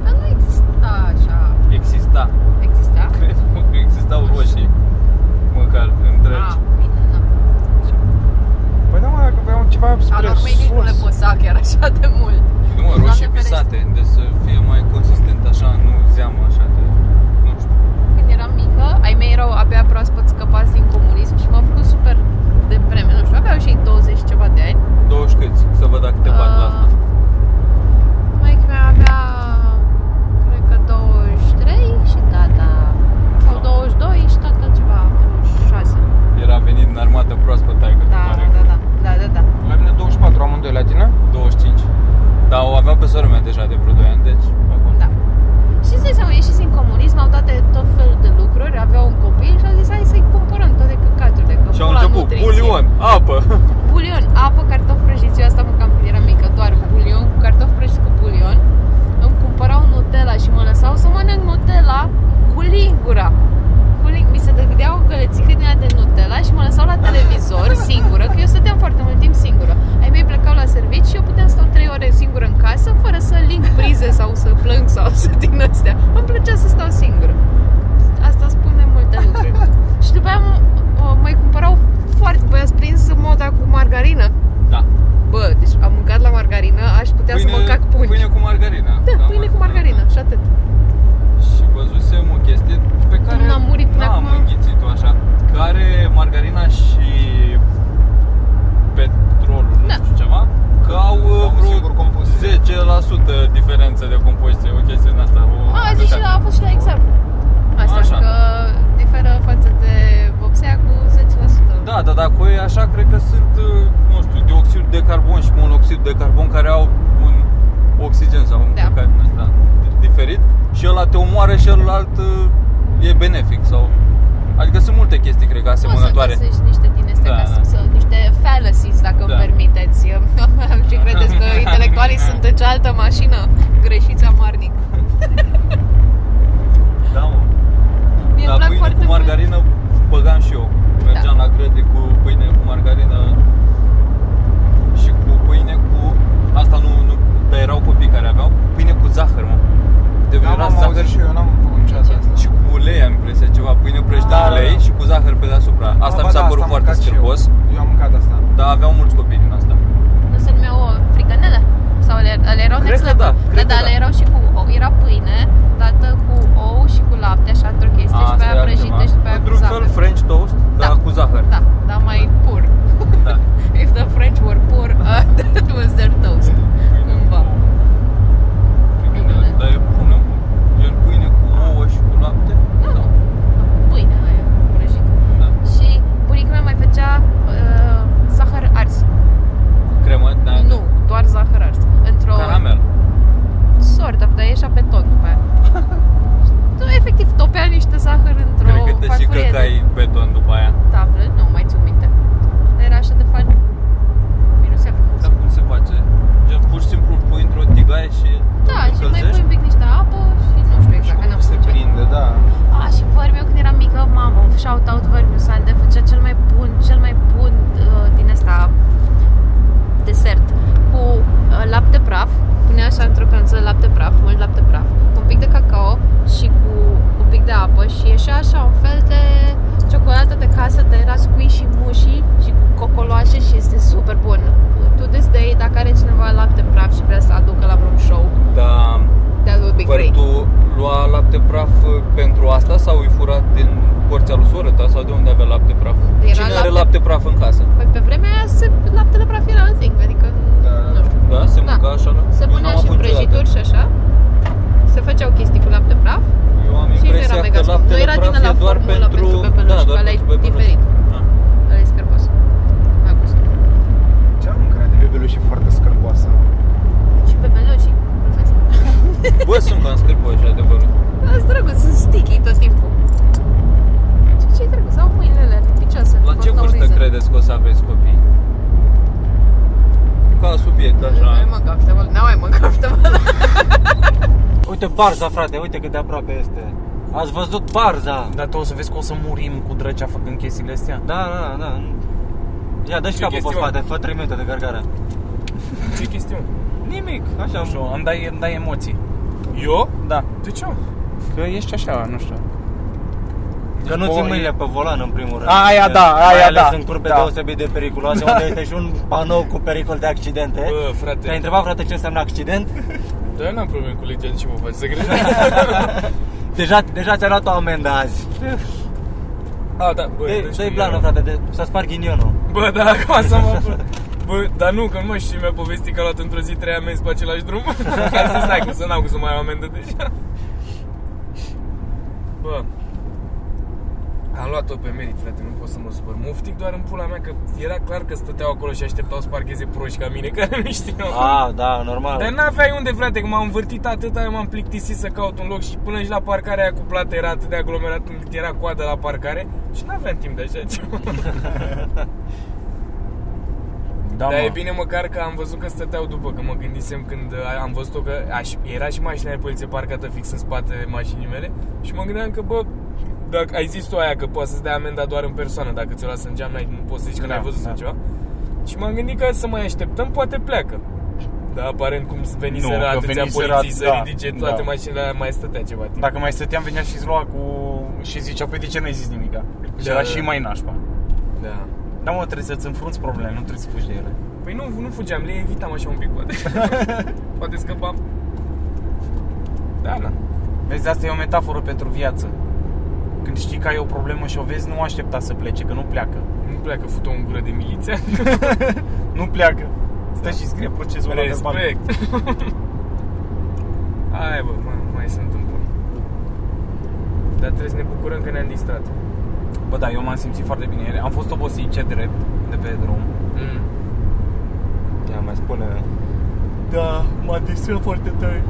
[SPEAKER 7] Dar nu exista așa.
[SPEAKER 5] Exista.
[SPEAKER 7] Exista?
[SPEAKER 5] Cred că existau roșii. Măcar întregi.
[SPEAKER 7] Ah, bine, nu.
[SPEAKER 6] Păi da, mă, dacă vreau ceva
[SPEAKER 7] A,
[SPEAKER 6] spre
[SPEAKER 7] dar măi, nici nu le
[SPEAKER 6] sus.
[SPEAKER 7] păsa chiar așa de mult.
[SPEAKER 5] Nu, mă,
[SPEAKER 7] Doamne
[SPEAKER 5] roșii
[SPEAKER 7] ferește.
[SPEAKER 5] pisate, de să fie mai consistent așa, nu zeamă așa de... Nu știu.
[SPEAKER 7] Când eram mică, ai mei erau abia proaspăt scăpați din comunism și m-au făcut super de vreme, nu știu, aveau și ei 20 și ceva de ani.
[SPEAKER 5] 20 câți? Să văd dacă te bat la asta.
[SPEAKER 7] Mai că mi-a avea
[SPEAKER 6] Ah.
[SPEAKER 7] Da,
[SPEAKER 6] Da.
[SPEAKER 5] deci
[SPEAKER 7] da. din astea. Îmi plăcea să stau singură. Asta spune multe lucruri. și după aia mă- o- mai cumpărau foarte... Voi ați prins moda cu margarină?
[SPEAKER 5] Da.
[SPEAKER 7] Bă, deci am mâncat la margarină, aș putea să mă cac pungi.
[SPEAKER 5] pâine cu margarina.
[SPEAKER 7] da, pâine cu margarină și atât.
[SPEAKER 5] Și văzusem o chestie pe care
[SPEAKER 7] N-am murit până
[SPEAKER 5] n-am
[SPEAKER 7] acum.
[SPEAKER 5] înghițit-o așa. Care margarina și petrolul, nu
[SPEAKER 7] Da.
[SPEAKER 5] știu ceva, că au uh,
[SPEAKER 6] un singur
[SPEAKER 5] vreo
[SPEAKER 6] compus.
[SPEAKER 5] 10% diferență de compoziție, o chestie din asta. O
[SPEAKER 7] A, a zis și la, a fost și la exam. Asta,
[SPEAKER 5] Așa.
[SPEAKER 7] că diferă față de vopsea cu 10%.
[SPEAKER 5] Da, dar dacă e așa, cred că sunt, uh, nu știu, dioxid de carbon și monoxid de carbon care au un oxigen sau un
[SPEAKER 7] Da.
[SPEAKER 5] căcat din ăsta diferit și ăla te omoară și ălalt uh, e benefic sau... Adică sunt multe chestii, cred că,
[SPEAKER 7] Poți să
[SPEAKER 5] asemănătoare.
[SPEAKER 7] găsești niște din astea,
[SPEAKER 5] Da,
[SPEAKER 7] ca să,
[SPEAKER 5] da.
[SPEAKER 7] să, niște fallacies, dacă
[SPEAKER 5] Da.
[SPEAKER 7] îmi permiteți. Ce credeți că intelectualii sunt în cealaltă mașină? Greșiți amarnic.
[SPEAKER 5] Da, mă.
[SPEAKER 7] Mie
[SPEAKER 5] Dar Da,
[SPEAKER 7] îmi plac
[SPEAKER 5] pâine
[SPEAKER 7] foarte Da.
[SPEAKER 5] cu margarină băgam și eu. Mergeam la grădi cu pâine cu margarină și cu pâine cu... Asta nu, nu dar erau copii care aveau pâine cu zahăr, mă. De
[SPEAKER 6] Da,
[SPEAKER 5] era
[SPEAKER 6] m-am
[SPEAKER 5] zahăr
[SPEAKER 6] auzit și eu, n-am făcut niciodată asta.
[SPEAKER 5] și cu ulei am impresia ceva, pâine prăjită
[SPEAKER 6] Ah.
[SPEAKER 7] Da,
[SPEAKER 5] în ulei și cu zahăr pe deasupra. Asta
[SPEAKER 6] Mă,
[SPEAKER 5] mi
[SPEAKER 6] bă,
[SPEAKER 5] s-a
[SPEAKER 6] da,
[SPEAKER 5] părut
[SPEAKER 6] am
[SPEAKER 5] foarte
[SPEAKER 6] mâncat și eu.
[SPEAKER 5] scârbos,
[SPEAKER 6] Eu am mâncat asta.
[SPEAKER 5] dar aveau mulți copii din asta.
[SPEAKER 7] mult. Nu se numeau o fricanele? Sau ale, ale erau
[SPEAKER 5] Cred
[SPEAKER 7] next
[SPEAKER 5] că
[SPEAKER 7] level.
[SPEAKER 5] da,
[SPEAKER 7] da,
[SPEAKER 5] cred
[SPEAKER 7] da,
[SPEAKER 5] că
[SPEAKER 7] ale
[SPEAKER 5] da.
[SPEAKER 7] erau și cu ou, era pâine dată cu ou și cu lapte, așa într-o chestie, și
[SPEAKER 5] Asta
[SPEAKER 7] pe
[SPEAKER 5] e
[SPEAKER 7] aia
[SPEAKER 5] altceva.
[SPEAKER 7] prăjită și pe aia cu
[SPEAKER 5] Într-un fel
[SPEAKER 7] zahăr.
[SPEAKER 5] French toast, dar
[SPEAKER 7] Da.
[SPEAKER 5] cu zahăr.
[SPEAKER 7] Da, dar mai pur.
[SPEAKER 5] Da.
[SPEAKER 7] If the French were poor, uh, that was their toast. Cumva.
[SPEAKER 5] Pâine, Dar e bună, mă. Gen pâine cu ouă și cu lapte.
[SPEAKER 7] Da. Pâine aia prăjită.
[SPEAKER 5] Da.
[SPEAKER 7] Și bunica mea mai făcea uh, zahăr ars.
[SPEAKER 5] Cremă, da.
[SPEAKER 7] Nu, doar zahăr ars. Într-o
[SPEAKER 5] Caramel.
[SPEAKER 7] sort of, dar ieșea pe tot după aia. Tu efectiv topea niște zahăr într-o
[SPEAKER 5] Cred că te și
[SPEAKER 7] farfurie de
[SPEAKER 5] căcai beton după aia.
[SPEAKER 7] tablă. Nu, mai țin minte. Dar era așa de fan. Mirosea frumos.
[SPEAKER 5] Dar cum se face? Gen, pur și simplu îl pui într-o tigaie și
[SPEAKER 7] Da,
[SPEAKER 5] îl
[SPEAKER 7] și mai
[SPEAKER 5] încălzești?
[SPEAKER 7] pui un pic niște apă și nu știu
[SPEAKER 6] Și
[SPEAKER 7] exact, că
[SPEAKER 6] cum
[SPEAKER 7] n-am
[SPEAKER 6] se
[SPEAKER 7] spus ce.
[SPEAKER 6] prinde, da.
[SPEAKER 7] A, și Vărmiu când eram mică, mamă, shout out Vărmiu Sande, făcea cel mai bun, cel mai bun uh, din asta desert cu uh, lapte praf, punea așa într-o canță lapte praf, mult lapte praf, cu un pic de cacao și cu un pic de apă și ieșea așa un fel de ciocolată de casă, de era squishy și mushi și cu cocoloașe și este super bun. To this day, dacă are cineva lapte praf și vrea să aducă la vreun show,
[SPEAKER 5] Da,
[SPEAKER 7] that would be
[SPEAKER 5] Păi
[SPEAKER 7] great.
[SPEAKER 5] tu lua lapte praf uh, pentru asta sau îi furat din porția lui soră ta sau de unde avea lapte praf?
[SPEAKER 7] Era
[SPEAKER 5] Cine are
[SPEAKER 7] lapte-
[SPEAKER 5] lapte praf în casă?
[SPEAKER 7] Păi pe vremea aia se, laptele praf era în zinc, adică
[SPEAKER 6] Da.
[SPEAKER 7] nu știu.
[SPEAKER 5] Da? Se
[SPEAKER 7] Da.
[SPEAKER 5] mânca așa? la-
[SPEAKER 7] Se
[SPEAKER 5] Eu
[SPEAKER 7] punea
[SPEAKER 5] n-am
[SPEAKER 7] și
[SPEAKER 5] avut
[SPEAKER 7] prăjituri
[SPEAKER 5] niciodată.
[SPEAKER 7] și așa. Se făceau chestii cu lapte praf
[SPEAKER 5] Eu am
[SPEAKER 7] și nu era
[SPEAKER 5] impresia
[SPEAKER 7] mega
[SPEAKER 5] că
[SPEAKER 7] scump. Nu
[SPEAKER 5] laptele
[SPEAKER 7] era din
[SPEAKER 5] praf
[SPEAKER 7] la
[SPEAKER 5] e doar
[SPEAKER 7] formulă pentru
[SPEAKER 5] pentru... da,
[SPEAKER 7] bebeluși, că
[SPEAKER 5] doar
[SPEAKER 7] ăla e
[SPEAKER 5] pentru bebeluși.
[SPEAKER 7] diferit.
[SPEAKER 5] Da.
[SPEAKER 7] Ăla e scârbos. La gust.
[SPEAKER 6] Ce am mâncat de bebelușe foarte scârboasă?
[SPEAKER 7] Și bebelușii.
[SPEAKER 5] Bă, sunt cam scârbă așa adevărul.
[SPEAKER 7] Sunt drăguț, sunt sticky tot timpul. Ce- Ce-i drăguț? Au mâinile picioase.
[SPEAKER 5] La ce vârstă credeți că o să aveți copii? Ca subiect,
[SPEAKER 7] Nu ai
[SPEAKER 5] așa.
[SPEAKER 7] mă comfortable, nu ai mă comfortable.
[SPEAKER 2] Uite Barza, frate, uite cât de aproape este. Ați văzut Barza?
[SPEAKER 3] Dar tu o să vezi că o să murim cu drăcea făcând chestiile astea.
[SPEAKER 2] Da, da, da. Ia, dă și
[SPEAKER 4] Ce
[SPEAKER 2] capul pe
[SPEAKER 4] chestii, mă?
[SPEAKER 2] spate, fă 3 minute de gargare.
[SPEAKER 4] Ce chestiune?
[SPEAKER 2] Nimic, așa.
[SPEAKER 3] Nu știu, îmi dai, îmi dai emoții.
[SPEAKER 4] Eu?
[SPEAKER 3] Da.
[SPEAKER 4] De ce?
[SPEAKER 3] Că ești așa, nu știu.
[SPEAKER 2] Că nu ții
[SPEAKER 3] Oi.
[SPEAKER 2] mâinile pe volan în primul rând.
[SPEAKER 3] Aia
[SPEAKER 2] Că
[SPEAKER 3] da, aia
[SPEAKER 2] mai ales
[SPEAKER 3] da,
[SPEAKER 2] în curbe
[SPEAKER 3] da.
[SPEAKER 2] deosebit de periculoase,
[SPEAKER 3] Da.
[SPEAKER 2] unde este și un panou cu pericol de accidente.
[SPEAKER 4] Bă,
[SPEAKER 2] Te-ai
[SPEAKER 4] frate,
[SPEAKER 2] întrebat, frate, ce înseamnă accident?
[SPEAKER 4] dar eu n-am probleme cu legea, de ce mă faci să greșești?
[SPEAKER 2] Deja, deja ți-a luat o amendă azi.
[SPEAKER 4] Păi, A, da, bă,
[SPEAKER 2] Dă-
[SPEAKER 4] nu știu,
[SPEAKER 2] Dă-i blană,
[SPEAKER 4] eu-
[SPEAKER 2] frate, de, să sparg ghinionul.
[SPEAKER 4] Bă, da, acum să mă apuc. Bă, dar nu, că nu mă știu, mi-a povestit că a luat într-o zi trei amenzi pe același drum. Chiar zis, stai cum să n-am cum să mai am amendă deja. Bă, am luat-o pe merit, frate, nu pot să mă supăr. Mă oftic doar în pula mea, că era clar că stăteau acolo și așteptau să parcheze proști ca mine, care nu știau.
[SPEAKER 2] A, da, normal.
[SPEAKER 4] Dar n-aveai unde, frate, că m-am învârtit atâta, eu m-am plictisit să caut un loc și până și la parcarea aia cu plată era atât de aglomerat încât era coadă la parcare și n-aveam timp de așa ceva.
[SPEAKER 3] Da,
[SPEAKER 4] Dar
[SPEAKER 3] mă.
[SPEAKER 4] e bine măcar că am văzut că stăteau după, că mă gândisem când uh, am văzut-o că aș, era și mașina de poliție parcată fix în spate mașinii mele și mă gândeam că, bă, dacă ai zis tu aia că poți să-ți dai amenda doar în persoană, dacă ți-o lasă în geam, n-ai, nu poți să zici că
[SPEAKER 3] Da,
[SPEAKER 4] n-ai văzut
[SPEAKER 3] da.
[SPEAKER 4] sau ceva. Și m-am gândit că să mai așteptăm, poate pleacă. Da, aparent cum
[SPEAKER 3] Nu,
[SPEAKER 4] veniseră
[SPEAKER 3] că
[SPEAKER 4] atâția
[SPEAKER 3] veniseră,
[SPEAKER 4] poliții să
[SPEAKER 3] da,
[SPEAKER 4] ridice toate
[SPEAKER 3] da.
[SPEAKER 4] mașinile alea, mai stătea ceva timp.
[SPEAKER 3] Dacă mai stăteam, venea și-ți lua cu... și zicea, păi de ce n-ai zis nimica? Și
[SPEAKER 4] Da,
[SPEAKER 3] era
[SPEAKER 4] da.
[SPEAKER 3] și mai nașpa.
[SPEAKER 4] Da.
[SPEAKER 3] Da, mă, trebuie să-ți înfrunți probleme, nu trebuie să fugi de ele.
[SPEAKER 4] Păi nu, nu fugeam, le evitam așa un pic, poate. poate scăpam. Da, da.
[SPEAKER 3] Vezi, asta e o metaforă pentru viață. Când știi că ai o problemă și o vezi, nu aștepta să plece, că nu pleacă.
[SPEAKER 4] Nu pleacă fută un gură de miliția.
[SPEAKER 3] Nu pleacă. Stă și scrie procesul ăla verbal.
[SPEAKER 4] Respect. Hai, bă, mai, mai se întâmplă. Dar trebuie să ne bucurăm că ne-am distrat.
[SPEAKER 3] Bă, da, eu m-am simțit foarte bine ieri. Am fost obosit ce drept de pe drum.
[SPEAKER 4] Mm.
[SPEAKER 2] Ia mai spune
[SPEAKER 3] Da, m-a distrat foarte tare.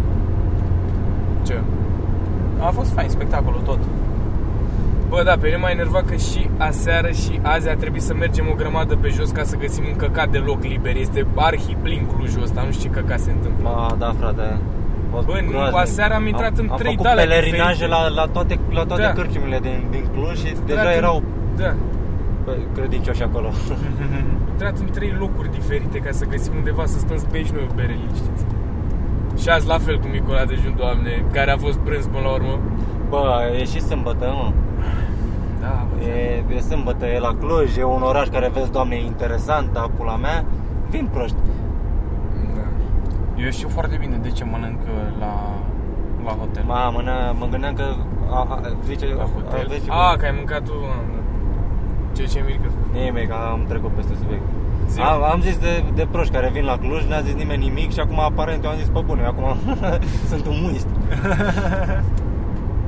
[SPEAKER 4] Ce?
[SPEAKER 3] A fost fain spectacolul tot.
[SPEAKER 4] Bă, da, pe mine m-a enervat că și aseară și azi a trebuit să mergem o grămadă pe jos ca să găsim un căcat de loc liber. Este arhi plin Clujul ăsta, nu știu ce căcat se întâmplă.
[SPEAKER 2] La, da, frate. A fost
[SPEAKER 4] Bă, nu,
[SPEAKER 2] groaznic.
[SPEAKER 4] aseară am intrat în
[SPEAKER 2] am
[SPEAKER 4] trei
[SPEAKER 2] făcut
[SPEAKER 4] de alea
[SPEAKER 2] pelerinaje
[SPEAKER 4] diferite.
[SPEAKER 2] la, la toate, la toate
[SPEAKER 4] Da.
[SPEAKER 2] da. cârciumile din, din Cluj și deja
[SPEAKER 4] Intrat în-
[SPEAKER 2] erau
[SPEAKER 4] Da,
[SPEAKER 2] bă, credincioși acolo.
[SPEAKER 4] intrat în trei locuri diferite ca să găsim undeva să stăm să bem și noi o bere, liniștiți. Și azi la fel cu Nicola Dejun, doamne, care a fost prânz până la urmă.
[SPEAKER 2] Bă, e și sâmbătă, mă.
[SPEAKER 4] Da, bă,
[SPEAKER 2] E, e sâmbătă, e la Cluj, e un oraș care vezi, doamne, e interesant, dar pula mea, vin proști.
[SPEAKER 4] da.
[SPEAKER 3] Eu știu foarte bine de ce mănânc uh, la, la hotel.
[SPEAKER 2] Mă, mână, mă gândeam că a, a, zice,
[SPEAKER 4] La hotel. Ah,
[SPEAKER 2] aveți-
[SPEAKER 4] A, că ai mâncat tu... Ce ce mică.
[SPEAKER 2] Nimic, am trecut peste subiect.
[SPEAKER 4] Zi.
[SPEAKER 2] Am, am zis de, de proști care vin la Cluj, n-a zis nimeni nimic și acum aparent eu am zis pe bune, eu acum sunt un muist.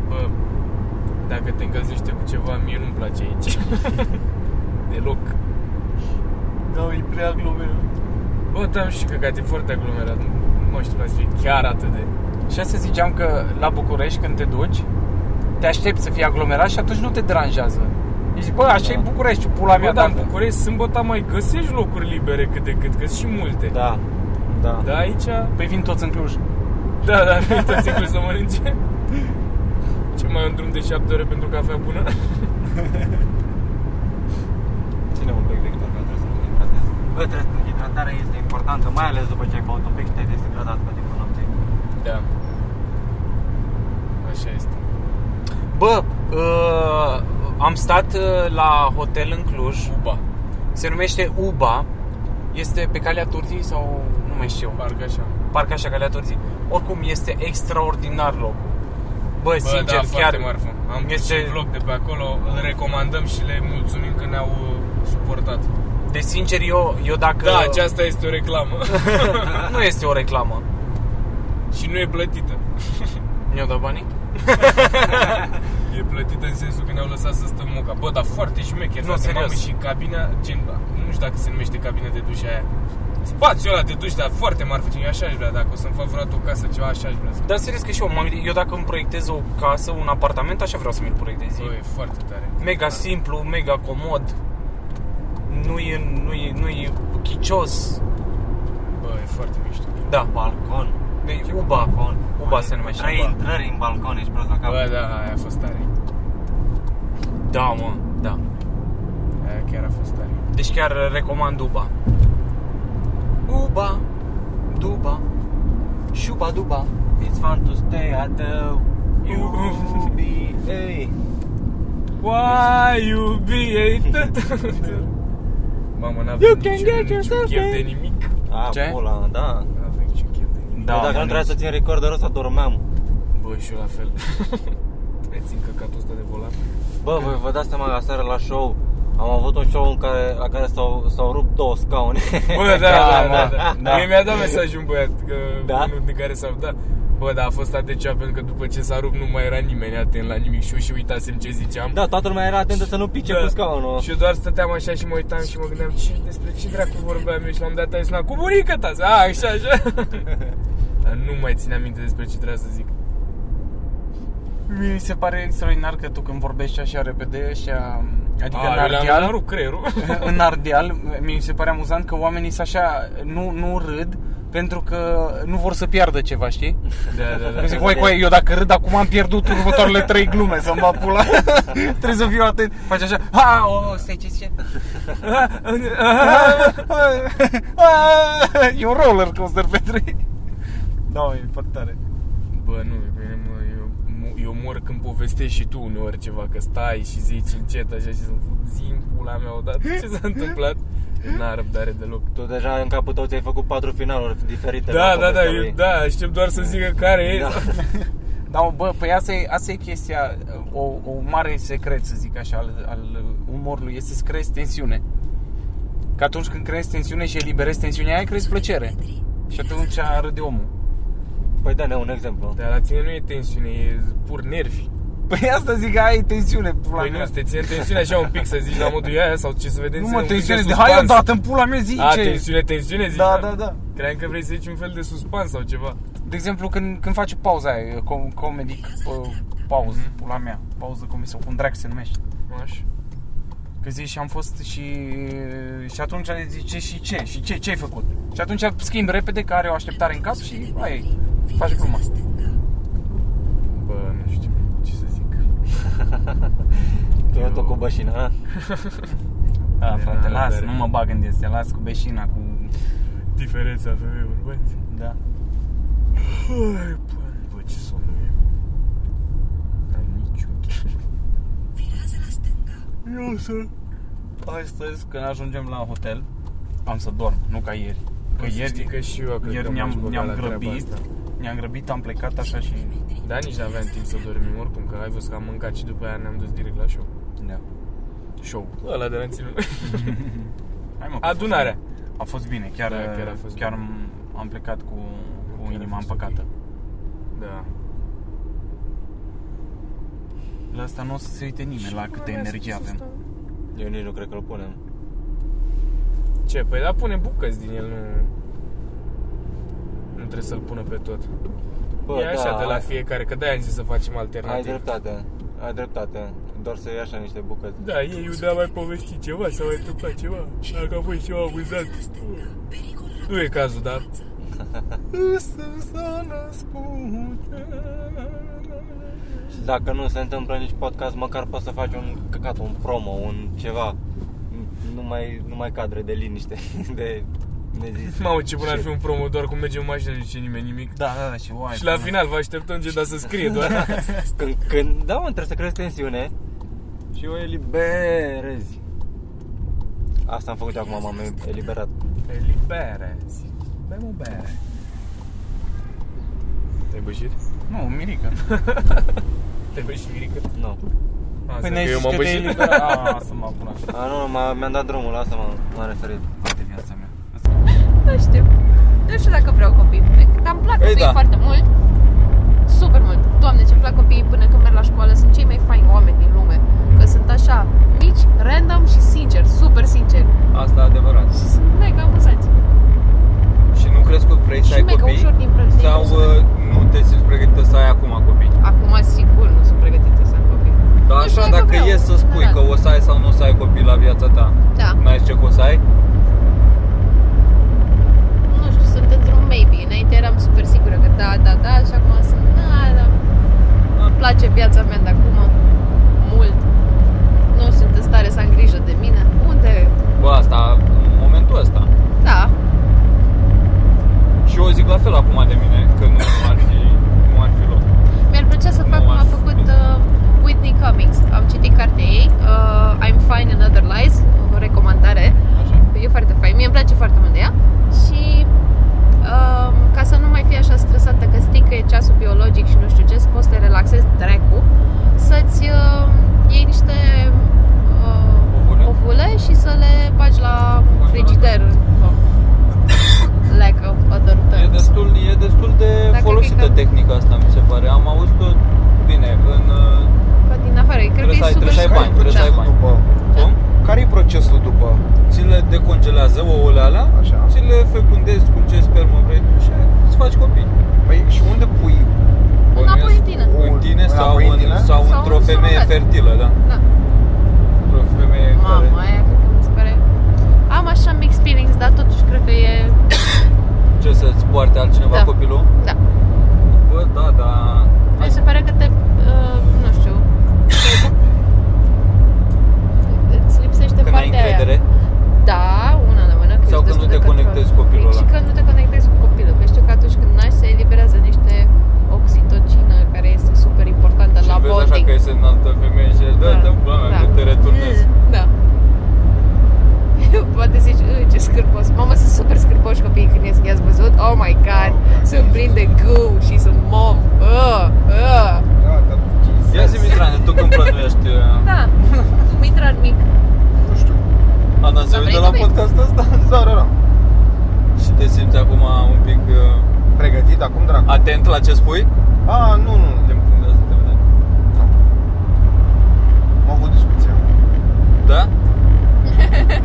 [SPEAKER 4] Bă, dacă te încălzește cu ceva, mie nu-mi place aici. Deloc.
[SPEAKER 3] Da, e prea aglomerat.
[SPEAKER 4] Bă, dar și căcat, e foarte aglomerat. Nu nu mă știu la fi chiar atât de...
[SPEAKER 3] Și asta ziceam că la București când te duci, te aștepți să fie aglomerat și atunci nu te deranjează. Deci, bă, așa e București,
[SPEAKER 4] Da. Bă, da,
[SPEAKER 3] pula mea,
[SPEAKER 4] dar
[SPEAKER 3] dar
[SPEAKER 4] în București sâmbătă mai găsești locuri libere cât de cât, că și multe.
[SPEAKER 2] Da, da.
[SPEAKER 4] Da, aici...
[SPEAKER 3] Păi vin toți în Cluj.
[SPEAKER 4] Da, da, nu uitați sigur să mănânce. Ce mai e un drum de 7 ore pentru cafea bună?
[SPEAKER 2] Ține un pic de că trebuie să te hidratezi. Bă, trebuie, hidratarea este importantă, mai ales după ce ai băut un pic și te-ai deshidratat pe timpul nopții.
[SPEAKER 4] Da. Așa este.
[SPEAKER 3] Bă, uh, am stat uh, la hotel în Cluj,
[SPEAKER 4] Uba.
[SPEAKER 3] se numește UBA, este pe calea Turzii sau nu mai știu,
[SPEAKER 4] Parcă așa.
[SPEAKER 3] parcă așa calea Turzii. Oricum este extraordinar locul. Bă,
[SPEAKER 4] Bă,
[SPEAKER 3] sincer,
[SPEAKER 4] da,
[SPEAKER 3] chiar
[SPEAKER 4] foarte marfă. Am
[SPEAKER 3] este-
[SPEAKER 4] este... și vlog de pe acolo, îl recomandăm și le mulțumim că ne-au uh, suportat.
[SPEAKER 3] Deci sincer eu, eu dacă
[SPEAKER 4] Da, aceasta este o reclamă
[SPEAKER 3] nu este o reclamă.
[SPEAKER 4] și nu e plătită.
[SPEAKER 3] Mi-au dat banii?
[SPEAKER 4] E plătită în sensul că ne-au lăsat să stăm moca. Bă, dar foarte șmecher,
[SPEAKER 3] Nu,
[SPEAKER 4] frate,
[SPEAKER 3] serios.
[SPEAKER 4] mamă, și cabina, gen, nu știu dacă se numește cabina de duș aia. Spațiul ăla de duș, dar foarte marfă, gen, eu așa aș vrea, dacă o să-mi fac vreodată o casă, ceva, așa aș vrea să
[SPEAKER 3] Dar serios că și eu, m-am gândit, eu dacă îmi proiectez o casă, un apartament, așa vreau să mi-l proiectez.
[SPEAKER 4] Bă, e foarte tare.
[SPEAKER 3] Mega simplu, mega comod. Nu e, nu e, nu e chicios.
[SPEAKER 4] Bă, e foarte mișto.
[SPEAKER 3] Da.
[SPEAKER 2] Balcon.
[SPEAKER 3] E Uba.
[SPEAKER 2] Balcon.
[SPEAKER 3] Uba se numește.
[SPEAKER 2] Trei
[SPEAKER 3] Uba.
[SPEAKER 2] intrări în balcon, ești prost la cap.
[SPEAKER 4] Bă, da, aia a fost tare.
[SPEAKER 3] Da, mă, da.
[SPEAKER 4] Aia chiar a fost tare.
[SPEAKER 3] Deci chiar recomand Uba. Uba. Duba. Șuba Duba.
[SPEAKER 2] It's fun to stay at the UBA.
[SPEAKER 4] Why you be Mamă, n-avem niciun, niciun chef de nimic.
[SPEAKER 2] A,
[SPEAKER 3] Ce?
[SPEAKER 2] pula, da.
[SPEAKER 4] N-avem niciun chef de nimic.
[SPEAKER 2] Da, eu dacă
[SPEAKER 3] mă,
[SPEAKER 2] nu trebuia să țin recorderul ăsta, dormeam.
[SPEAKER 4] Bă, și eu la fel. Mai țin căcatul ăsta de volan.
[SPEAKER 2] Bă, voi vă dați seama, aseară la show am avut un show în care, la care s-au, s-au rupt două scaune.
[SPEAKER 4] Bă, da, da, da,
[SPEAKER 3] mă,
[SPEAKER 4] da,
[SPEAKER 3] da.
[SPEAKER 4] da. Mie mi-a dat mesaj un băiat că
[SPEAKER 2] Da?
[SPEAKER 4] unul de care s-a dat. Bă, dar a fost atât de cea pentru că după ce s-a rupt nu mai era nimeni atent la nimic și eu și uitasem ce ziceam.
[SPEAKER 2] da, toată lumea era atentă să nu pice
[SPEAKER 4] Da.
[SPEAKER 2] cu scaunul.
[SPEAKER 4] Și eu doar stăteam așa și mă uitam și mă gândeam ce, despre ce dracu vorbeam eu și la un dat ai sunat cu bunica ta. A, așa, așa. Dar nu mai țineam minte despre ce trebuia să zic.
[SPEAKER 3] Mi se pare extraordinar că tu când vorbești așa repede, așa, adică
[SPEAKER 4] A,
[SPEAKER 3] în
[SPEAKER 4] eu le-am
[SPEAKER 3] ardeal,
[SPEAKER 4] rupt creierul.
[SPEAKER 3] în Ardeal, mi se pare amuzant că oamenii sunt așa, nu, nu râd, pentru că nu vor să piardă ceva, știi?
[SPEAKER 5] Da, da, da.
[SPEAKER 3] Că zic, voi, coi, eu dacă râd acum am pierdut următoarele trei glume, să-mi va pula. Trebuie să fiu atent. Faci așa, ha, o, stai, ce zice? E un roller coaster pe trei.
[SPEAKER 2] Da, e foarte tare.
[SPEAKER 4] Bă, nu, pe mine mă, eu, mu- eu mor când povestești și tu uneori ceva, că stai și zici încet așa și sunt zi în pula mea odată ce s-a întâmplat. N-a răbdare deloc.
[SPEAKER 2] Tu deja în capul tău ți-ai făcut patru finaluri diferite.
[SPEAKER 4] Da, da, da, eu,
[SPEAKER 2] eu,
[SPEAKER 4] da, aștept doar să zică care e.
[SPEAKER 2] Da.
[SPEAKER 3] Da, mă, bă, păi asta e, asta e chestia, o, o mare secret, să zic așa, al, al umorului, este să creezi tensiune. Că atunci când creezi tensiune și eliberezi tensiunea aia, creezi plăcere. Și atunci râde omul.
[SPEAKER 2] Păi da, ne un exemplu.
[SPEAKER 4] Dar la tine nu e tensiune, e pur nervi.
[SPEAKER 3] Păi asta zic, ai tensiune, pula
[SPEAKER 4] Păi
[SPEAKER 3] mea.
[SPEAKER 4] nu, să te ține tensiune așa un pic să zici la modul aia sau ce să vedem
[SPEAKER 3] Nu
[SPEAKER 4] să
[SPEAKER 3] mă,
[SPEAKER 4] un pic
[SPEAKER 3] tensiune, de
[SPEAKER 4] suspans.
[SPEAKER 3] hai odată în pula mea zi
[SPEAKER 4] A,
[SPEAKER 3] ce e.
[SPEAKER 4] tensiune, tensiune zici
[SPEAKER 3] Da, da, da.
[SPEAKER 4] Cream că vrei să zici un fel de suspans sau ceva
[SPEAKER 3] De exemplu, când, când face pauza aia, com- comedy, uh, pauză, pula mea, pauză cum sau cum drac se numește.
[SPEAKER 4] Așa
[SPEAKER 3] Că zici, și am fost și... Și atunci zice, și ce? Și ce? Ce ai făcut? Și atunci schimbi repede că are o așteptare în cap și aia e. Faci gluma.
[SPEAKER 4] Bă, nu știu ce să zic
[SPEAKER 2] Tu eu tot cu bășina, a?
[SPEAKER 3] Da, frate,
[SPEAKER 4] da,
[SPEAKER 3] las,
[SPEAKER 4] da.
[SPEAKER 3] nu mă bag în este, las cu beșina, cu...
[SPEAKER 4] Diferența femeilor băieți
[SPEAKER 3] Da.
[SPEAKER 4] Hai, bă, bă, ce somn e N-am niciun chef
[SPEAKER 3] Eu să...
[SPEAKER 4] Păi
[SPEAKER 3] Astăzi, când ajungem la hotel, am să dorm, nu ca ieri. Păi Că
[SPEAKER 4] Să știi
[SPEAKER 3] ieri,
[SPEAKER 4] că și eu cred
[SPEAKER 3] ieri
[SPEAKER 4] că m-aș
[SPEAKER 3] ne-am,
[SPEAKER 4] băga la
[SPEAKER 3] ne-am
[SPEAKER 4] treaba
[SPEAKER 3] grăbit,
[SPEAKER 4] asta.
[SPEAKER 3] ne-am grăbit, am plecat așa și...
[SPEAKER 4] Da, nici n-aveam timp să dormim oricum Că ai văzut că am mâncat și după aia ne-am dus direct la show
[SPEAKER 3] Da.
[SPEAKER 4] Show Ăla de la ținut
[SPEAKER 3] Hai mă, că a fost
[SPEAKER 4] Adunarea
[SPEAKER 3] bine. A fost bine, chiar,
[SPEAKER 4] Da,
[SPEAKER 3] chiar, a fost chiar bine. am plecat cu, cu
[SPEAKER 4] Chiar a
[SPEAKER 3] inima
[SPEAKER 4] fost
[SPEAKER 3] împăcată.
[SPEAKER 4] Da
[SPEAKER 3] La asta nu o să se uite nimeni la câtă energie avem.
[SPEAKER 2] Eu nici nu cred că-l punem.
[SPEAKER 4] Ce? Păi da, pune bucăți din el, nu... Nu trebuie să-l pună pe tot. Bă, da. e așa de la
[SPEAKER 2] ai-
[SPEAKER 4] fiecare, că de-aia am zis să facem
[SPEAKER 2] da. Ai
[SPEAKER 4] alternative.
[SPEAKER 2] dreptate, ai dreptate. Doar să iei așa niște bucăți.
[SPEAKER 4] Da, ei Iuda mai povesti ceva, s-a mai întâmplat ceva. Dacă a fost ceva amuzant. Nu e cazul, da?
[SPEAKER 2] Dacă nu se întâmplă nici podcast, măcar poți să faci un căcat, un promo, un ceva. Nu mai, nu mai cadre de liniște, de nezis.
[SPEAKER 4] Mamă, ce bun ar fi un promo, doar cum mergem în mașină, nu zice nimeni nimic.
[SPEAKER 3] Da, da, da, și oai.
[SPEAKER 4] Și la
[SPEAKER 3] până-
[SPEAKER 4] final vă așteptăm ce da să scrie doar.
[SPEAKER 2] Când, când, da, mă, trebuie să creezi tensiune și o eliberezi. Asta am făcut eu acum, m-am eliberat.
[SPEAKER 4] Elibere. Bem o bere. Te-ai bășit?
[SPEAKER 3] Nu, mirică.
[SPEAKER 4] Te-ai bășit, Mirica?
[SPEAKER 2] Nu.
[SPEAKER 4] Asta
[SPEAKER 3] Păi ne-ai
[SPEAKER 4] Ah, că eu
[SPEAKER 3] zis
[SPEAKER 4] m-am
[SPEAKER 3] că te-ai
[SPEAKER 4] bășit.
[SPEAKER 3] eliberat. A, să mă apun așa
[SPEAKER 2] A, nu, m-a, mi-am dat drumul, asta m-am, m-am referit.
[SPEAKER 3] de viața mea.
[SPEAKER 7] Nu știu. Nu știu dacă vreau copii. Dar îmi plac
[SPEAKER 5] Ei,
[SPEAKER 7] copiii
[SPEAKER 5] da.
[SPEAKER 7] foarte mult. Super mult. Doamne, ce-mi plac copiii până când merg la școală. Sunt cei mai faini oameni din lume. Că sunt așa mici, random și sincer. Super sincer.
[SPEAKER 5] Asta adevărat.
[SPEAKER 7] Și sunt mega amuzanți.
[SPEAKER 5] Și nu crezi că vrei să
[SPEAKER 7] Și
[SPEAKER 5] Deci ai
[SPEAKER 7] mega
[SPEAKER 5] copii?
[SPEAKER 7] ușor de impresionat.
[SPEAKER 5] Sau uh, nu te simți pregătită să ai acum copii?
[SPEAKER 7] Acum sigur nu sunt pregătită să am copii.
[SPEAKER 5] Dar
[SPEAKER 7] Nu știu
[SPEAKER 5] Da, așa,
[SPEAKER 7] dacă
[SPEAKER 5] dacă
[SPEAKER 7] Deci vreau.
[SPEAKER 5] e să spui
[SPEAKER 7] Da,
[SPEAKER 5] că
[SPEAKER 7] da.
[SPEAKER 5] o să ai sau nu o să ai copii la viața ta,
[SPEAKER 7] Da.
[SPEAKER 5] mai zice că o să ai?
[SPEAKER 7] Nu știu, sunt într-un maybe. Înainte eram super sigură că da, da, da. Și acum sunt da, da. Îmi place viața mea de acum. Mult. Nu sunt în stare să am grijă de mine. Unde?
[SPEAKER 5] Bă, asta, în momentul ăsta.
[SPEAKER 7] Da,
[SPEAKER 5] Și eu zic la fel acum de mine, că nu ar fi, nu ar fi loc.
[SPEAKER 7] Mi-ar plăcea să fac
[SPEAKER 5] Nu
[SPEAKER 7] cum a
[SPEAKER 5] ar-
[SPEAKER 7] făcut uh, Whitney Cummings. Am citit cartea ei, uh, I'm Fine in Other Lies, o recomandare.
[SPEAKER 5] Așa.
[SPEAKER 7] E foarte fain, mie îmi place foarte mult de ea. Și um, ca să nu mai fii așa stresată că strică e ceasul biologic și nu știu ce, să poți să te relaxezi dracu, să-ți uh, iei niște uh,
[SPEAKER 5] Ovule?
[SPEAKER 7] ovule și să le bagi la frigider. Lack of other
[SPEAKER 5] E
[SPEAKER 7] terms.
[SPEAKER 5] destul, e destul de
[SPEAKER 7] Da. Dacă
[SPEAKER 5] folosită
[SPEAKER 7] cred că-
[SPEAKER 5] tehnica asta, mi se pare. Am auzit-o bine, în... uh,
[SPEAKER 7] Pe din afară, cred că
[SPEAKER 5] Trebuie
[SPEAKER 7] e
[SPEAKER 5] să ai-
[SPEAKER 7] super
[SPEAKER 5] trebuie să ai
[SPEAKER 7] super Da.
[SPEAKER 5] bani, trebuie să ai
[SPEAKER 7] plăcut.
[SPEAKER 5] bani.
[SPEAKER 6] După,
[SPEAKER 5] Cum?
[SPEAKER 6] care e procesul după?
[SPEAKER 5] Ți le decongelează ouăle alea,
[SPEAKER 6] Așa.
[SPEAKER 5] ți le fecundezi cu ce spermă vrei tu și îți faci copii.
[SPEAKER 6] Păi și unde pui?
[SPEAKER 7] Înapoi în tine.
[SPEAKER 5] În tine
[SPEAKER 6] Înapoi
[SPEAKER 5] sau,
[SPEAKER 6] în
[SPEAKER 5] în,
[SPEAKER 6] tine?
[SPEAKER 5] sau,
[SPEAKER 7] Sau
[SPEAKER 5] într-o
[SPEAKER 7] în
[SPEAKER 5] femeie
[SPEAKER 7] surogat.
[SPEAKER 5] fertilă, da?
[SPEAKER 7] Da.
[SPEAKER 5] Într-o femeie care...
[SPEAKER 7] Mama, aia cred Ah, é. că mi se pare... Am așa mixed feelings, dar totuși cred că e...
[SPEAKER 5] Ce să-ți da,
[SPEAKER 7] ah, é.
[SPEAKER 5] é?
[SPEAKER 7] uh, é
[SPEAKER 5] este în altă femeie și ești, da,
[SPEAKER 7] Da,
[SPEAKER 5] da, bă,
[SPEAKER 7] da.
[SPEAKER 5] da. te
[SPEAKER 7] Hum,
[SPEAKER 5] returnezi.
[SPEAKER 7] Da. Poate zici, "Ui, ce scârboși. Mamă, sunt super scârboși copiii când ies, i-ați văzut? Oh my god, sunt plini de gâu și sunt mov. Uh, uh.
[SPEAKER 6] Da, dar Jesus.
[SPEAKER 5] Ia zi, Mitrane, tu cum plănuiești? uh,
[SPEAKER 7] Da, Mitran mic.
[SPEAKER 6] Nu știu.
[SPEAKER 5] Ana se
[SPEAKER 7] Am
[SPEAKER 5] uită
[SPEAKER 7] venit
[SPEAKER 5] la
[SPEAKER 7] cu mine.
[SPEAKER 5] podcastul ăsta
[SPEAKER 6] Da, da, da.
[SPEAKER 5] și te simți acum un pic uh,
[SPEAKER 6] Pregătit acum, dracu?
[SPEAKER 5] atent la ce spui?
[SPEAKER 6] A, nu, nu.
[SPEAKER 5] Din punct de asta de vedere.
[SPEAKER 6] Am avut discuția.
[SPEAKER 5] Da?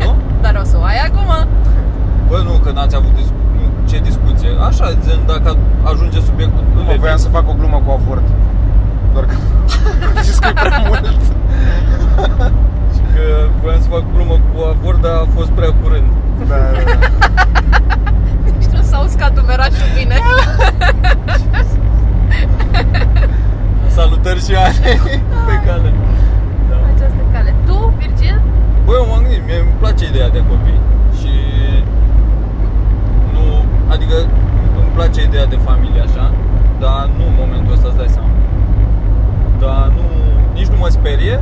[SPEAKER 5] nu?
[SPEAKER 7] Dar o să o ai acum.
[SPEAKER 5] Bă, nu, că n-ați avut discu- nu, ce discuție. Așa, gen, dacă ajunge subiectul,
[SPEAKER 6] Nu mă, voiam să fac o glumă cu avort. Doar că am zis că e prea mult.
[SPEAKER 5] că voiam să fac glumă cu avort, dar a fost prea curând.
[SPEAKER 6] Da, da, da.
[SPEAKER 7] Și nu s-a uscat umerașul bine.
[SPEAKER 5] Salutări și ani pe cale. Da.
[SPEAKER 7] Pe Această cale. Tu, Virgil?
[SPEAKER 5] Băi, eu m-am gândit, mie îmi place ideea de a copii și nu, adică îmi place ideea de familie așa, dar nu în momentul ăsta, îți dai seama. Dar nu, nici nu mă sperie,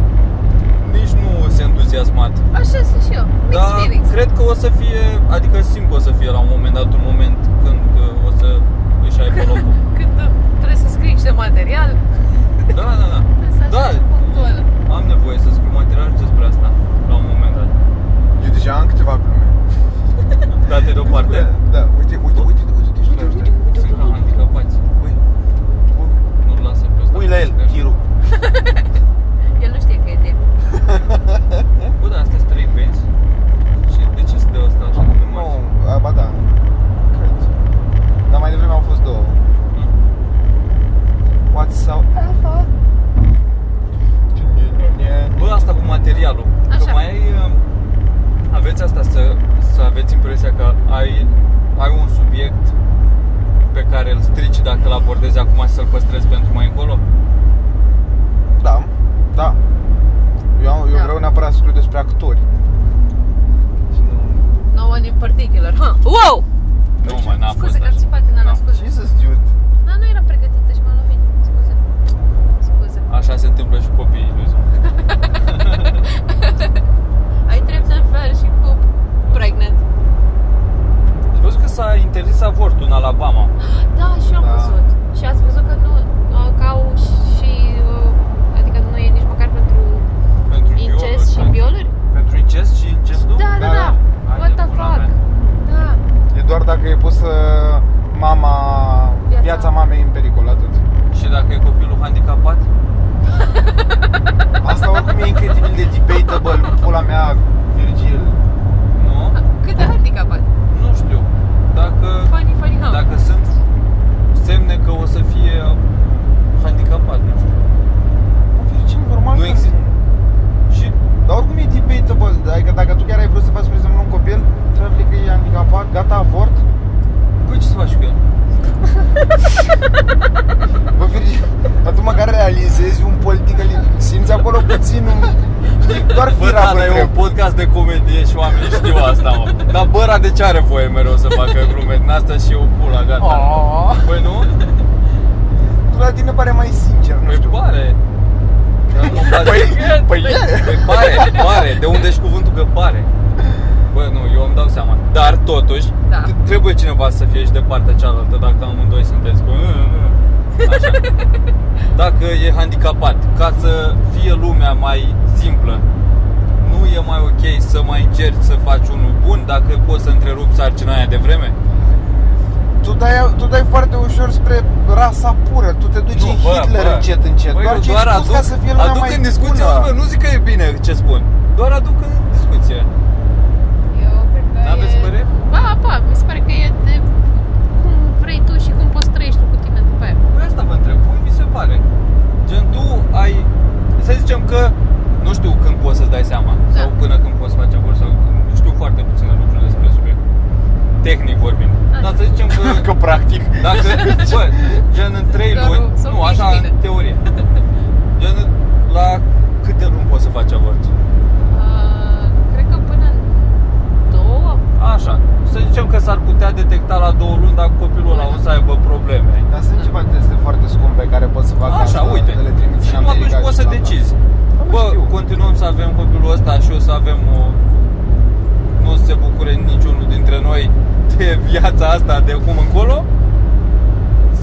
[SPEAKER 5] nici nu sunt entuziasmat.
[SPEAKER 7] Așa sunt și eu. Mixed
[SPEAKER 5] Dar
[SPEAKER 7] feelings.
[SPEAKER 5] cred că o să fie, adică simt că o să fie la un moment dat un moment când uh, o să își aibă locul.
[SPEAKER 7] Când uh, trebuie să scrii niște material,
[SPEAKER 5] Da, da, da.
[SPEAKER 7] trebuie să
[SPEAKER 5] Da,
[SPEAKER 7] ajungi punctul ăla.
[SPEAKER 5] am nevoie să scriu material despre asta la un moment dat.
[SPEAKER 6] Eu deja am câteva glume.
[SPEAKER 5] Date deoparte.
[SPEAKER 6] Da, uite, uite, uite, uite, uite, uite, uite, uite.
[SPEAKER 5] Sunt la handicapați. Ui, nu-l lasă pe ăsta.
[SPEAKER 6] Ui la el, Chiru.
[SPEAKER 7] El nu știe că e de
[SPEAKER 5] Bă, dar astea sunt trei benzi. Și de ce se dă asta așa de mare?
[SPEAKER 6] Nu, a, ba da. Cred. Dar mai devreme au fost două. What sau...
[SPEAKER 5] Bă, asta cu materialul. Că
[SPEAKER 7] Așa.
[SPEAKER 5] mai ai, uh, aveți asta să, să aveți impresia că ai, ai un subiect pe care îl strici dacă îl abordezi acum și să-l păstrezi pentru mai încolo?
[SPEAKER 6] Da, da. Eu, am- eu
[SPEAKER 7] Da.
[SPEAKER 6] vreau neapărat să scriu despre actori. Și nu...
[SPEAKER 7] No one in particular. Huh. Wow!
[SPEAKER 5] Nu, mă, n-a fost
[SPEAKER 7] Deci, Scuze că am
[SPEAKER 5] așa.
[SPEAKER 7] țipat în ala,
[SPEAKER 5] Da.
[SPEAKER 7] scuze.
[SPEAKER 6] Jesus, dude.
[SPEAKER 7] Da, nu eram pregătită și m-am lovit. Scuze. Scuze.
[SPEAKER 5] Așa se întâmplă și cu copiii, Luizu.
[SPEAKER 7] Ai trept în fel și cu pregnant.
[SPEAKER 5] Și Văzut că s-a interzis avortul în Alabama.
[SPEAKER 7] Da, și eu am
[SPEAKER 6] Da.
[SPEAKER 7] văzut. Și ați văzut că nu, uh, că au și, uh, adică nu e nici măcar pentru
[SPEAKER 5] Pentru violuri,
[SPEAKER 7] incest și
[SPEAKER 5] da.
[SPEAKER 7] violuri?
[SPEAKER 5] Pentru incest și incestul?
[SPEAKER 7] Da, da,
[SPEAKER 6] Da,
[SPEAKER 7] da.
[SPEAKER 6] da.
[SPEAKER 5] Hai
[SPEAKER 7] What
[SPEAKER 5] de
[SPEAKER 7] the
[SPEAKER 5] pula mea.
[SPEAKER 7] fuck? Da.
[SPEAKER 6] E doar dacă e pusă mama,
[SPEAKER 7] Viața.
[SPEAKER 6] viața, mamei în pericol, atât.
[SPEAKER 5] Și dacă e copilul handicapat?
[SPEAKER 6] Asta oricum e incredibil de debatable, pula mea, Virgil.
[SPEAKER 5] Nu?
[SPEAKER 7] Cât de handicapat.
[SPEAKER 5] Nu știu. Dacă,
[SPEAKER 7] Funny, funny how.
[SPEAKER 5] dacă sunt semne că o să fie handicapat, nu știu.
[SPEAKER 6] Bă, Virgil, normal
[SPEAKER 5] Nu
[SPEAKER 6] că-
[SPEAKER 5] există. Și
[SPEAKER 6] Dar oricum e debatable, adică dacă tu chiar ai vrut să faci, spre exemplu, un copil, trebuie afli că e handicapat, gata, avort.
[SPEAKER 5] păi ce să faci cu el?
[SPEAKER 6] Bă, Virgil, dar tu măcar realizezi un politically, simți acolo puțin un... Știi, doar
[SPEAKER 5] Bă,
[SPEAKER 6] fira
[SPEAKER 5] da,
[SPEAKER 6] vă
[SPEAKER 5] dar e
[SPEAKER 6] întreb.
[SPEAKER 5] un podcast de comedie și oamenii știu asta, mă. Dar băra de ce are voie mereu să facă glume din asta și eu pula, gata.
[SPEAKER 6] Aaa,
[SPEAKER 5] Păi nu?
[SPEAKER 6] Tu la tine pare mai sincer, nu
[SPEAKER 5] Păi
[SPEAKER 6] știu.
[SPEAKER 5] pare. Dar nu-mi place.
[SPEAKER 6] păi e.
[SPEAKER 5] Păi pare, pare. De unde ești cuvântul că pare? Bă, nu, eu îmi dau seama. Dar totuși,
[SPEAKER 7] Da.
[SPEAKER 5] t- trebuie cineva să fie și de partea cealaltă dacă amândoi sunteți cu... "Ă, Așa. Dacă e handicapat, ca să fie lumea mai simplă, nu e mai ok să mai încerci să faci unul bun dacă poți să întrerupi sarcina aia de vreme?
[SPEAKER 6] Tu dai, tu dai foarte ușor spre rasa pură, tu te duci în Deci Hitler încet, încet.
[SPEAKER 5] Băi,
[SPEAKER 6] doar
[SPEAKER 5] nu,
[SPEAKER 6] ce ai spus ca să fie lumea
[SPEAKER 5] aduc
[SPEAKER 6] mai
[SPEAKER 5] în discuție,
[SPEAKER 6] bună.
[SPEAKER 5] bă, nu zic că e bine ce spun. Doar aduc în discuție.
[SPEAKER 7] Eu cred că
[SPEAKER 5] N-aveți
[SPEAKER 7] e...
[SPEAKER 5] păreri?
[SPEAKER 7] Ba, ba, mi se pare că e de cum vrei tu și cum poți să trăiești tu cu tine după aia.
[SPEAKER 5] Păi asta vă întreb, cum vi se pare? Gen, tu ai... Să zicem că nu știu când poți să-ți dai seama
[SPEAKER 7] Da.
[SPEAKER 5] sau până când poți să faci avort sau știu foarte puține lucruri despre subiect. Tehnic vorbind.
[SPEAKER 7] Așa.
[SPEAKER 5] Dar să zicem că,
[SPEAKER 6] Că practic.
[SPEAKER 5] dacă, bă, gen în 3
[SPEAKER 7] Doar
[SPEAKER 5] luni,
[SPEAKER 7] o- să o
[SPEAKER 5] nu,
[SPEAKER 7] piși
[SPEAKER 5] așa
[SPEAKER 7] bine.
[SPEAKER 5] în teorie. Gen, la câte luni poți să faci avort?
[SPEAKER 7] Uh, cred că până în două.
[SPEAKER 5] Așa. Să zicem că s-ar putea detecta la două luni dacă copilul ăla o să aibă probleme.
[SPEAKER 6] Dar sunt ceva teste foarte scumpe care poți să facă
[SPEAKER 5] Așa,
[SPEAKER 6] asta,
[SPEAKER 5] uite.
[SPEAKER 6] le trimiți
[SPEAKER 5] Și
[SPEAKER 6] în
[SPEAKER 5] tu
[SPEAKER 6] America
[SPEAKER 5] atunci poți să
[SPEAKER 6] bla, bla.
[SPEAKER 5] să avem o... Nu o să se bucure niciunul dintre noi de viața asta de acum încolo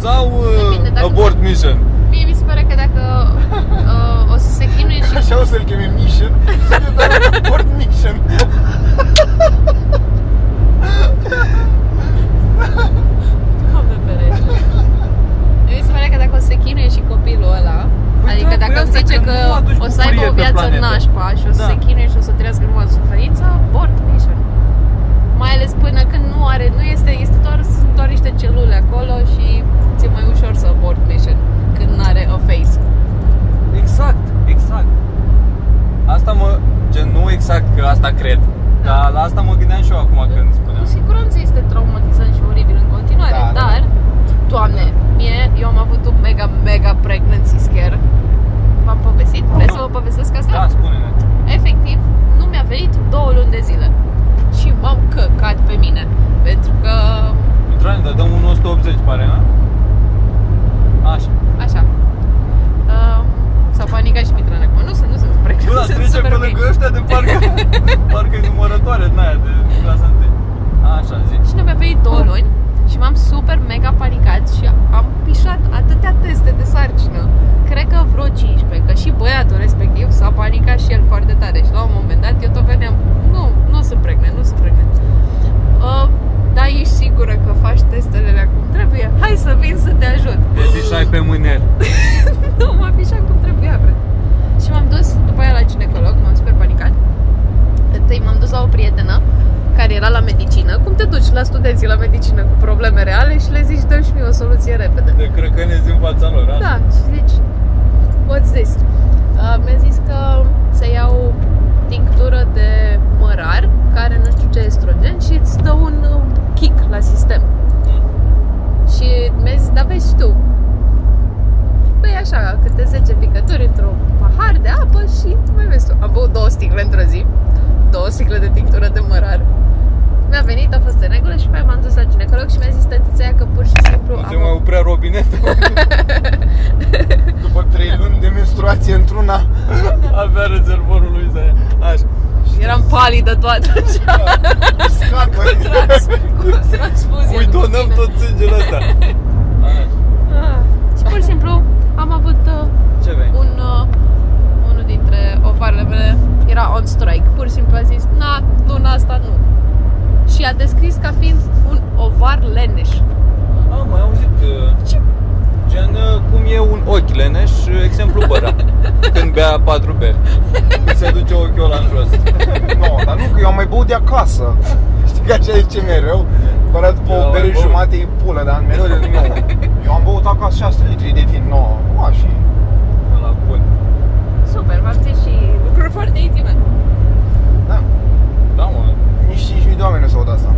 [SPEAKER 5] sau
[SPEAKER 7] Depinde,
[SPEAKER 5] uh,
[SPEAKER 7] dacă-
[SPEAKER 5] abort mission.
[SPEAKER 7] Mie mi se pare că dacă uh, o să se chinuie și
[SPEAKER 6] Așa o să-l chemim Mission și să ne dăm da, Port Mission.
[SPEAKER 7] Doamne ferește. Mi se pare că dacă o să se chinuie și copilul ăla,
[SPEAKER 5] Păi
[SPEAKER 7] adică
[SPEAKER 5] da, păi
[SPEAKER 7] dacă
[SPEAKER 5] asta
[SPEAKER 7] zice
[SPEAKER 5] că
[SPEAKER 7] că,
[SPEAKER 5] nu aduci
[SPEAKER 7] o să aibă
[SPEAKER 5] bucurie
[SPEAKER 7] o
[SPEAKER 5] pe
[SPEAKER 7] viață
[SPEAKER 5] planetă.
[SPEAKER 7] nașpa și o să
[SPEAKER 5] Da.
[SPEAKER 7] se chinuie și o să trăiască în mod suferință, abort mission. Mai ales până când nu are, nu este, este doar, sunt doar niște celule acolo și ți-e mai ușor să abort mission când nu are o face.
[SPEAKER 5] Exact, exact. Asta mă... Gen, nu exact că asta cred,
[SPEAKER 7] Da.
[SPEAKER 5] dar la asta mă gândeam și eu acum când
[SPEAKER 7] Cu
[SPEAKER 5] spuneam.
[SPEAKER 7] siguranță este traumatizant și oribil în continuare,
[SPEAKER 6] Da, da.
[SPEAKER 7] dar, doamne, mie, eu am avut un mega, mega pregnancy scare. V-am povestit? Vreți să vă povestesc asta?
[SPEAKER 5] Da, spune-ne.
[SPEAKER 7] efectiv, nu mi-a venit două luni de zile. Și m-am căcat pe mine. Pentru că,
[SPEAKER 5] Mitran, dar da, dăm un 180, pare, nu? Așa.
[SPEAKER 7] așa, um, s-a panicat și Mitran acum. Nu sunt, nu sunt precum,
[SPEAKER 5] Bă, da,
[SPEAKER 7] sunt
[SPEAKER 5] trece
[SPEAKER 7] super
[SPEAKER 5] pe
[SPEAKER 7] ok.
[SPEAKER 5] lângă ăștia de parcă, parcă e numărătoare din aia de clasa 1. Așa, zi.
[SPEAKER 7] Și nu mi-a venit două
[SPEAKER 5] Ah.
[SPEAKER 7] luni și m-am super mega panicat și am pișat atâtea teste de sarcină. Cred că vreo 15, că și băiatul respectiv s-a panicat și el foarte tare și la un moment dat eu tot veneam, nu, nu sunt pregnant, nu sunt pregnant. Uh, da, ești sigură că faci testele acum trebuie? Hai să vin să te ajut.
[SPEAKER 5] Te pișai pe mâner.
[SPEAKER 7] Nu, mă afișam cum trebuia, cred. Și m-am dus după aia la ginecolog, m-am super panicat. Întâi m-am dus la o prietenă care era la medicină. Cum te duci la studenții la medicină cu probleme reale și le zici, dă și mie o soluție repede.
[SPEAKER 5] De crăcănezi în fața lor, așa.
[SPEAKER 7] Da, și zici, what's this? Uh, mi-a zis că să iau tinctură de mărar, care nu știu ce estrogen și îți dă un uh, kick la sistem. Și mi-a zis, da, vezi și tu. Păi așa, câte 10 picături într-un pahar de apă și mai vezi tu. Am băut două sticle într-o zi, două sticle de tinctură de mărar. Mi-a venit, a fost în regulă și pe aia m-am dus la ginecolog și mi-a zis tătița aia că pur și simplu
[SPEAKER 5] Nu se
[SPEAKER 7] am
[SPEAKER 5] mai oprea robinetul.
[SPEAKER 6] După 3 luni de menstruație într-una.
[SPEAKER 5] Avea rezervorul lui Zaia. Așa.
[SPEAKER 7] Eram palidă toată așa,
[SPEAKER 6] Scat, băi.
[SPEAKER 7] trans, cu transfuzie.
[SPEAKER 5] Cui donăm tot sângele ăsta? Așa.
[SPEAKER 7] Ah, și pur și simplu am avut uh,
[SPEAKER 5] Ce vei?
[SPEAKER 7] un, uh, unul dintre ofarele mele era on strike. Pur și simplu a zis, na, luna asta nu. Și a descris ca fiind un ovar leneș.
[SPEAKER 5] Da. Am mai auzit uh, Gen uh, cum e un ochi leneș, uh, exemplu băra Când bea patru beri Când se duce ochiul ăla în jos
[SPEAKER 6] Nu, dar nu, că eu am mai băut de acasă. Știi că așa e ce mereu? Părat pe
[SPEAKER 5] Eu am
[SPEAKER 6] o bere
[SPEAKER 5] mai băut.
[SPEAKER 6] jumate e pulă, dar mereu de nou. Eu am băut acasă 6 litri de vin, nouă. Cu și
[SPEAKER 5] Ăla bun
[SPEAKER 7] Super, v-am zis și lucruri foarte intime.
[SPEAKER 6] Da.
[SPEAKER 5] Da mă
[SPEAKER 6] Nici 5.000 de oameni nu s-au dat asta.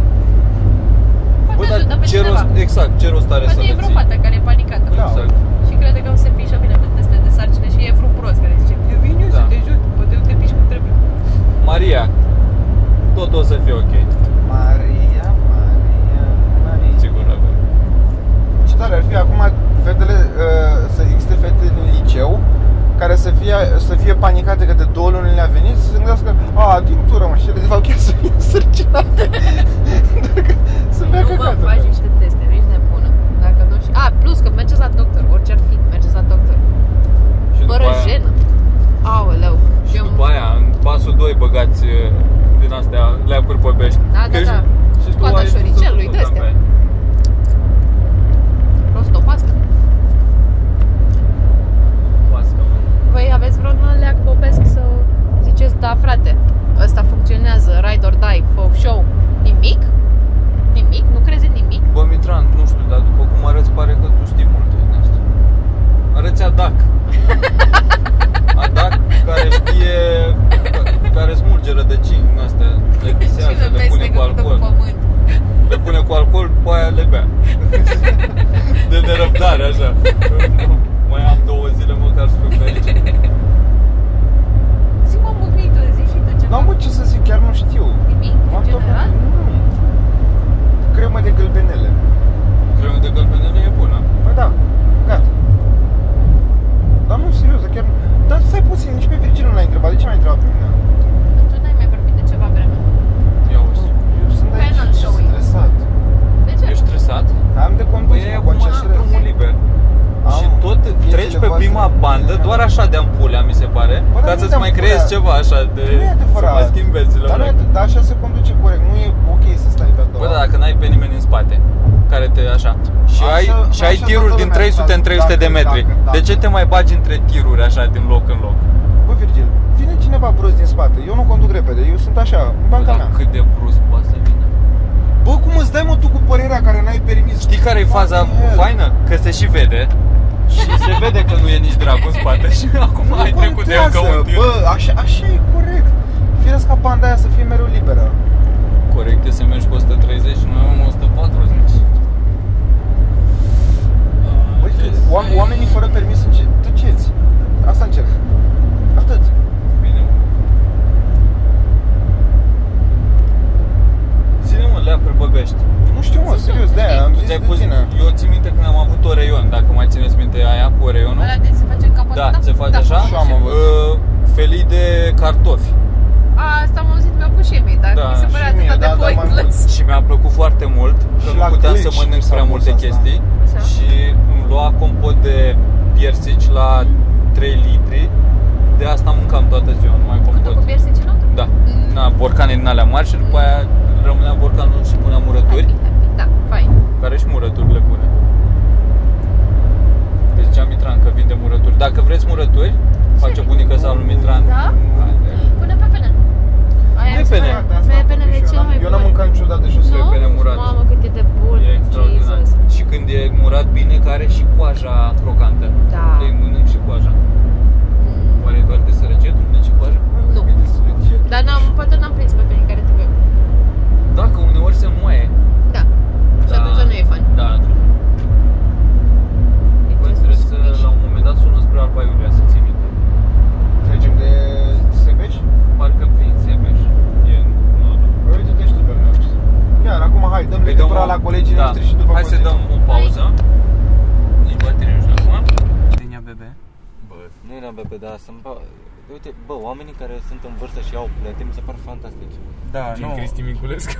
[SPEAKER 7] Poate
[SPEAKER 5] dar
[SPEAKER 7] ajută pe
[SPEAKER 5] ce
[SPEAKER 7] cineva.
[SPEAKER 5] rost, exact, ce rost are să
[SPEAKER 7] Poate
[SPEAKER 5] le
[SPEAKER 7] e vreo
[SPEAKER 5] ții?
[SPEAKER 7] fată care e panicată.
[SPEAKER 6] Da.
[SPEAKER 5] Exact.
[SPEAKER 7] Și crede că o să se pișă bine pe teste de sarcină și e vreun prost care zice, eu vin eu
[SPEAKER 5] Da.
[SPEAKER 7] să te ajut, poate eu te piși cum trebuie.
[SPEAKER 5] Maria, tot o să fie ok
[SPEAKER 6] Maria, Maria, Maria.
[SPEAKER 5] Sigur, la fel.
[SPEAKER 6] Ce tare ar fi acum fetele, uh, să existe fete din liceu care să fie, să fie panicate că de două luni le-a venit să se gândească a, tinctură mă, și ele de fapt chiar să fie însărcinate Dacă- să fie
[SPEAKER 7] Nu mă,
[SPEAKER 6] căcată
[SPEAKER 7] faci niște teste, nu ești nebună. Dacă nu și... A, plus că mergeți la doctor, orice ar fi, mergeți la doctor.
[SPEAKER 5] Și după
[SPEAKER 7] Fără
[SPEAKER 5] aia-
[SPEAKER 7] jenă. Aoleu.
[SPEAKER 5] Și
[SPEAKER 7] Eu-
[SPEAKER 5] după aia, în pasul 2 băgați uh, din astea leacuri pe bești
[SPEAKER 7] Da, da,
[SPEAKER 5] Că
[SPEAKER 7] da.
[SPEAKER 5] și- Și tu
[SPEAKER 7] Coada
[SPEAKER 5] ai
[SPEAKER 7] șoricelului,
[SPEAKER 5] tot
[SPEAKER 7] de astea.
[SPEAKER 5] apă.
[SPEAKER 7] Prost o pască.
[SPEAKER 5] Pască, mă.
[SPEAKER 7] Voi aveți vreun leac popesc să ziceți, da, frate, ăsta funcționează, ride or die, fo show. Nimic? Nimic? Nu crezi în nimic?
[SPEAKER 5] Bă, Mitran, nu știu, dar după cum arăți, pare că tu știi multe din asta. Arăți adac. Adac care știe, ca- care smulge rădăcini în astea, le
[SPEAKER 7] Și
[SPEAKER 5] pisează,
[SPEAKER 7] le
[SPEAKER 5] le pune
[SPEAKER 7] mestecă
[SPEAKER 5] cu
[SPEAKER 7] cu
[SPEAKER 5] alcool.
[SPEAKER 7] pământ.
[SPEAKER 5] Le pune cu alcool, pe aia le bea. De nerăbdare, așa. Mai am două zile măcar să fiu fericit.
[SPEAKER 7] Zi, mă, mânită, zi și tu ceva.
[SPEAKER 6] N-am mă ce să zic, chiar nu știu
[SPEAKER 7] Nimic,
[SPEAKER 6] M-am
[SPEAKER 7] în
[SPEAKER 6] tot-
[SPEAKER 7] general?
[SPEAKER 6] Nu. Cremă de gălbenele
[SPEAKER 5] Cremă de gălbenele e bună.
[SPEAKER 6] Păi da, gata Dar nu, serios, dar chiar nu Dar stai puțin, nici pe Virgil nu l-ai întrebat, de ce l-ai întrebat pe mine?
[SPEAKER 7] Tu n-ai mai Păi
[SPEAKER 5] prima bandă, doar așa de-am pulea, mi se pare,
[SPEAKER 6] Bă, Păi, dar
[SPEAKER 5] ca
[SPEAKER 6] nu
[SPEAKER 5] să-ți
[SPEAKER 6] de-am
[SPEAKER 5] mai
[SPEAKER 6] pulea.
[SPEAKER 5] creezi ceva așa de...
[SPEAKER 6] Nu e adevărat.
[SPEAKER 5] Să mai schimbi verțile.
[SPEAKER 6] Dar, nu e- dar așa se conduce corect, nu e ok să stai pe a doua.
[SPEAKER 5] Bă, da, dacă n-ai pe nimeni în spate care te așa. Și
[SPEAKER 6] Așa-
[SPEAKER 5] ai și ai
[SPEAKER 6] așa
[SPEAKER 5] tiruri
[SPEAKER 6] toată
[SPEAKER 5] din
[SPEAKER 6] lumea,
[SPEAKER 5] 300 în
[SPEAKER 6] dacă-
[SPEAKER 5] 300 de
[SPEAKER 6] dacă-
[SPEAKER 5] metri.
[SPEAKER 6] dacă-
[SPEAKER 5] De ce
[SPEAKER 6] dacă.
[SPEAKER 5] te mai bagi între tiruri așa din loc în loc?
[SPEAKER 6] Bă, Virgil, vine cineva prost din spate, eu nu conduc repede, eu sunt așa, în
[SPEAKER 5] Bă, da.
[SPEAKER 6] banca
[SPEAKER 5] dar
[SPEAKER 6] mea.
[SPEAKER 5] cât de brusc poate să vină.
[SPEAKER 6] Bă, cum îți dai mă tu cu părerea care n-ai permis?
[SPEAKER 5] Știi care e faza
[SPEAKER 6] Fucking hell.
[SPEAKER 5] faină? Că se și vede. Și se vede că nu e nici dracu în spate și acum
[SPEAKER 6] Nu
[SPEAKER 5] ai trecut de încă
[SPEAKER 6] contează,
[SPEAKER 5] un tir.
[SPEAKER 6] Bă, așa, așa e corect. Firească banda aia să fie mereu liberă.
[SPEAKER 5] Corect e să mergi cu 130 și noi am 140.
[SPEAKER 6] Băi, oam- oamenii fără permis sunt ce? Tăceți. Asta încerc. Atât.
[SPEAKER 5] Bine. Ține mă, lea pe băgăști.
[SPEAKER 6] Nu știu, mă, serios, de aia am
[SPEAKER 5] Tu
[SPEAKER 6] zis
[SPEAKER 5] ți-ai
[SPEAKER 6] de
[SPEAKER 5] pus,
[SPEAKER 6] tine.
[SPEAKER 5] eu țin minte când am avut Oreion, dacă mai țineți minte aia cu Oreionul.
[SPEAKER 7] Ăla de se face capăt.
[SPEAKER 5] Da, se face așa.
[SPEAKER 6] Și am avut.
[SPEAKER 5] Uh, felii de cartofi.
[SPEAKER 7] A, asta am auzit mi-a pus și mie, dar
[SPEAKER 5] Da,
[SPEAKER 7] mi se părea
[SPEAKER 6] și mie,
[SPEAKER 7] atât de
[SPEAKER 6] da, dar m-am
[SPEAKER 7] pointless.
[SPEAKER 5] Și mi-a plăcut foarte mult
[SPEAKER 6] Și
[SPEAKER 5] că
[SPEAKER 6] la
[SPEAKER 5] nu puteam să
[SPEAKER 6] Cluj
[SPEAKER 5] mănânc
[SPEAKER 6] mi s-a
[SPEAKER 5] prea
[SPEAKER 6] pus
[SPEAKER 5] multe
[SPEAKER 6] asta.
[SPEAKER 5] chestii
[SPEAKER 7] Așa.
[SPEAKER 5] Și îmi lua compot de piersici la 3 litri De asta mâncam toată ziua, nu mai
[SPEAKER 7] Cu tot cu
[SPEAKER 5] compot
[SPEAKER 7] piersi ce nu?
[SPEAKER 5] Da, na, borcane din alea mari și după aia rămânea borcanul și punea murături
[SPEAKER 7] Da, fain.
[SPEAKER 5] Care și murăturile bune Deci am Mitran că vinde murături Dacă vreți murături, face bunica sa lui Mitran
[SPEAKER 7] Da? Pune pe penă. Aia
[SPEAKER 5] Pune
[SPEAKER 7] îmi
[SPEAKER 5] pene.
[SPEAKER 6] Da,
[SPEAKER 7] spune. Pe penele cel mai bun.
[SPEAKER 6] Eu n-am mâncat niciodată și o să
[SPEAKER 7] Nu?
[SPEAKER 5] pene murat.
[SPEAKER 7] Mamă, cât e de bun.
[SPEAKER 5] E extraordinar.
[SPEAKER 7] Jesus.
[SPEAKER 5] Și când e murat bine, care și coaja crocantă.
[SPEAKER 7] Da.
[SPEAKER 5] Ei mănânc și coaja.
[SPEAKER 7] Mm.
[SPEAKER 5] Oare e doar de sărăcie, nu mănânci și coaja?
[SPEAKER 7] Nu. Dar n-am, poate n-am prins pe penii care trebuie.
[SPEAKER 5] Da, că uneori se moaie.
[SPEAKER 7] Da. Și atunci nu e fan.
[SPEAKER 5] Da, atunci. Bă, trebuie să, la un moment dat, sună spre Alba Iulia să ții minte.
[SPEAKER 6] Trecem de Sebeș? Păi,
[SPEAKER 5] Parcă prin Sebeș. E în nodul.
[SPEAKER 6] Uite-te și tu pe mine. Iar acum hai,
[SPEAKER 5] Îi
[SPEAKER 6] dăm
[SPEAKER 5] dăm
[SPEAKER 6] legătura
[SPEAKER 5] o-
[SPEAKER 6] la colegii
[SPEAKER 5] Păi, da.
[SPEAKER 6] noștri și după
[SPEAKER 5] Hai să
[SPEAKER 6] continuăm.
[SPEAKER 5] dăm o pauză. Îi baterie nu știu acum.
[SPEAKER 3] Denia bebe.
[SPEAKER 2] Bă, nu era BP, dar să Uite, bă, oamenii care sunt în vârstă și au plete, mi se par fantastici.
[SPEAKER 3] Da,
[SPEAKER 4] Gen
[SPEAKER 3] nu.
[SPEAKER 4] Cristi Miculescu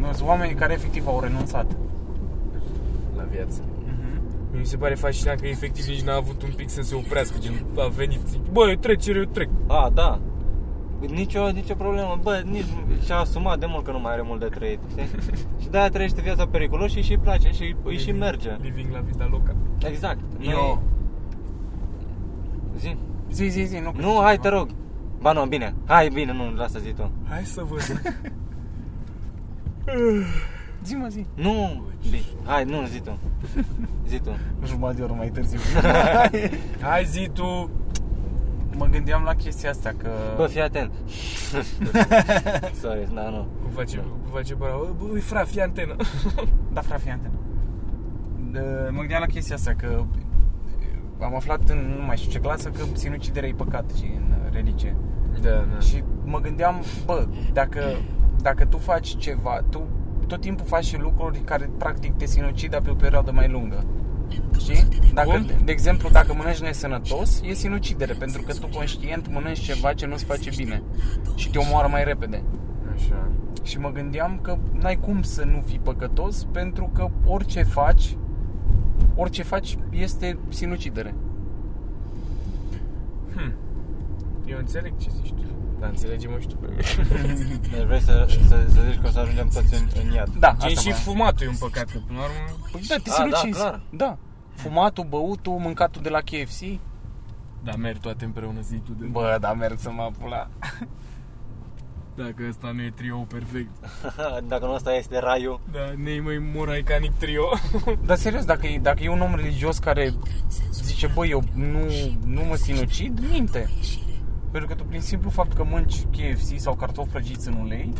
[SPEAKER 3] Nu, sunt oameni care efectiv au renunțat.
[SPEAKER 4] La viață
[SPEAKER 3] Mhm.
[SPEAKER 4] Mi se pare fascinant că efectiv nici n-a avut un pic să se oprească Gen a venit, zic, bă, eu trecere, eu trec
[SPEAKER 2] A, da. Nicio, nicio problemă, bă, nici și-a asumat de mult că nu mai are mult de trăit, știi? și de-aia trăiește viața periculos și și-i place și îi Păi și merge.
[SPEAKER 4] Living la vida loca
[SPEAKER 2] Exact. Noi-
[SPEAKER 3] Eu-
[SPEAKER 2] Zi.
[SPEAKER 3] Zi, zi, zi, nu. că-
[SPEAKER 2] Nu, hai, te rog. Ba nu, bine. Hai, bine, nu, lasă zi tu.
[SPEAKER 4] Hai să văd
[SPEAKER 3] Zi, mă, zi.
[SPEAKER 2] Nu, bine. Hai, nu, zi tu. Zi tu.
[SPEAKER 3] Jumătate de oră mai târziu.
[SPEAKER 4] Hai zi tu
[SPEAKER 3] mă gândeam la chestia asta că...
[SPEAKER 2] Bă, fii atent. Sorry, da, nu.
[SPEAKER 4] Cum face, cum face bara Bă, ui, fra, fii antenă
[SPEAKER 3] Da, frate, fii atent. De- Mă gândeam la chestia asta că e, am aflat în nu mai știu ce clasă că sinuciderea e păcat și în uh, religie.
[SPEAKER 4] Da, da
[SPEAKER 3] Și mă gândeam, bă, dacă, dacă tu faci ceva, tu tot timpul faci și lucruri care practic te sinucid, dar pe o perioadă mai lungă. Știi? Dacă,
[SPEAKER 4] Cum?
[SPEAKER 3] de exemplu, dacă mănânci nesănătos, e sinucidere, pentru că tu conștient mănânci ceva ce nu-ți face bine și te omoară mai repede.
[SPEAKER 4] Așa
[SPEAKER 3] Și mă gândeam că n-ai cum să nu fii păcătos pentru că orice faci, orice faci este sinucidere.
[SPEAKER 4] Eu înțeleg ce zici tu Dar înțelege-mă și tu pe mine
[SPEAKER 2] Deci vrei să, să, să zici că o să ajungem toți în, în iad.
[SPEAKER 3] Da,
[SPEAKER 4] Gen și
[SPEAKER 3] voiam.
[SPEAKER 4] fumatul e un păcat Că până la urmă
[SPEAKER 3] Păi da, te
[SPEAKER 2] A,
[SPEAKER 3] sinucizi.
[SPEAKER 2] da, clar.
[SPEAKER 3] da. Fumatul, băutul, mâncatul de la KFC.
[SPEAKER 4] Da, merg toate împreună zi tu de
[SPEAKER 3] Bă, da, merg să mă apula.
[SPEAKER 4] Dacă ăsta nu e trio perfect
[SPEAKER 2] Dacă nu asta este raiul.
[SPEAKER 4] Da, ne mai moraicanic trio
[SPEAKER 3] Dar serios, dacă e, dacă e un om religios care zice, bă, eu nu, nu mă sinucid, minte. Pentru că tu, prin simplu fapt că mânci KFC sau cartofi prăjiți în ulei,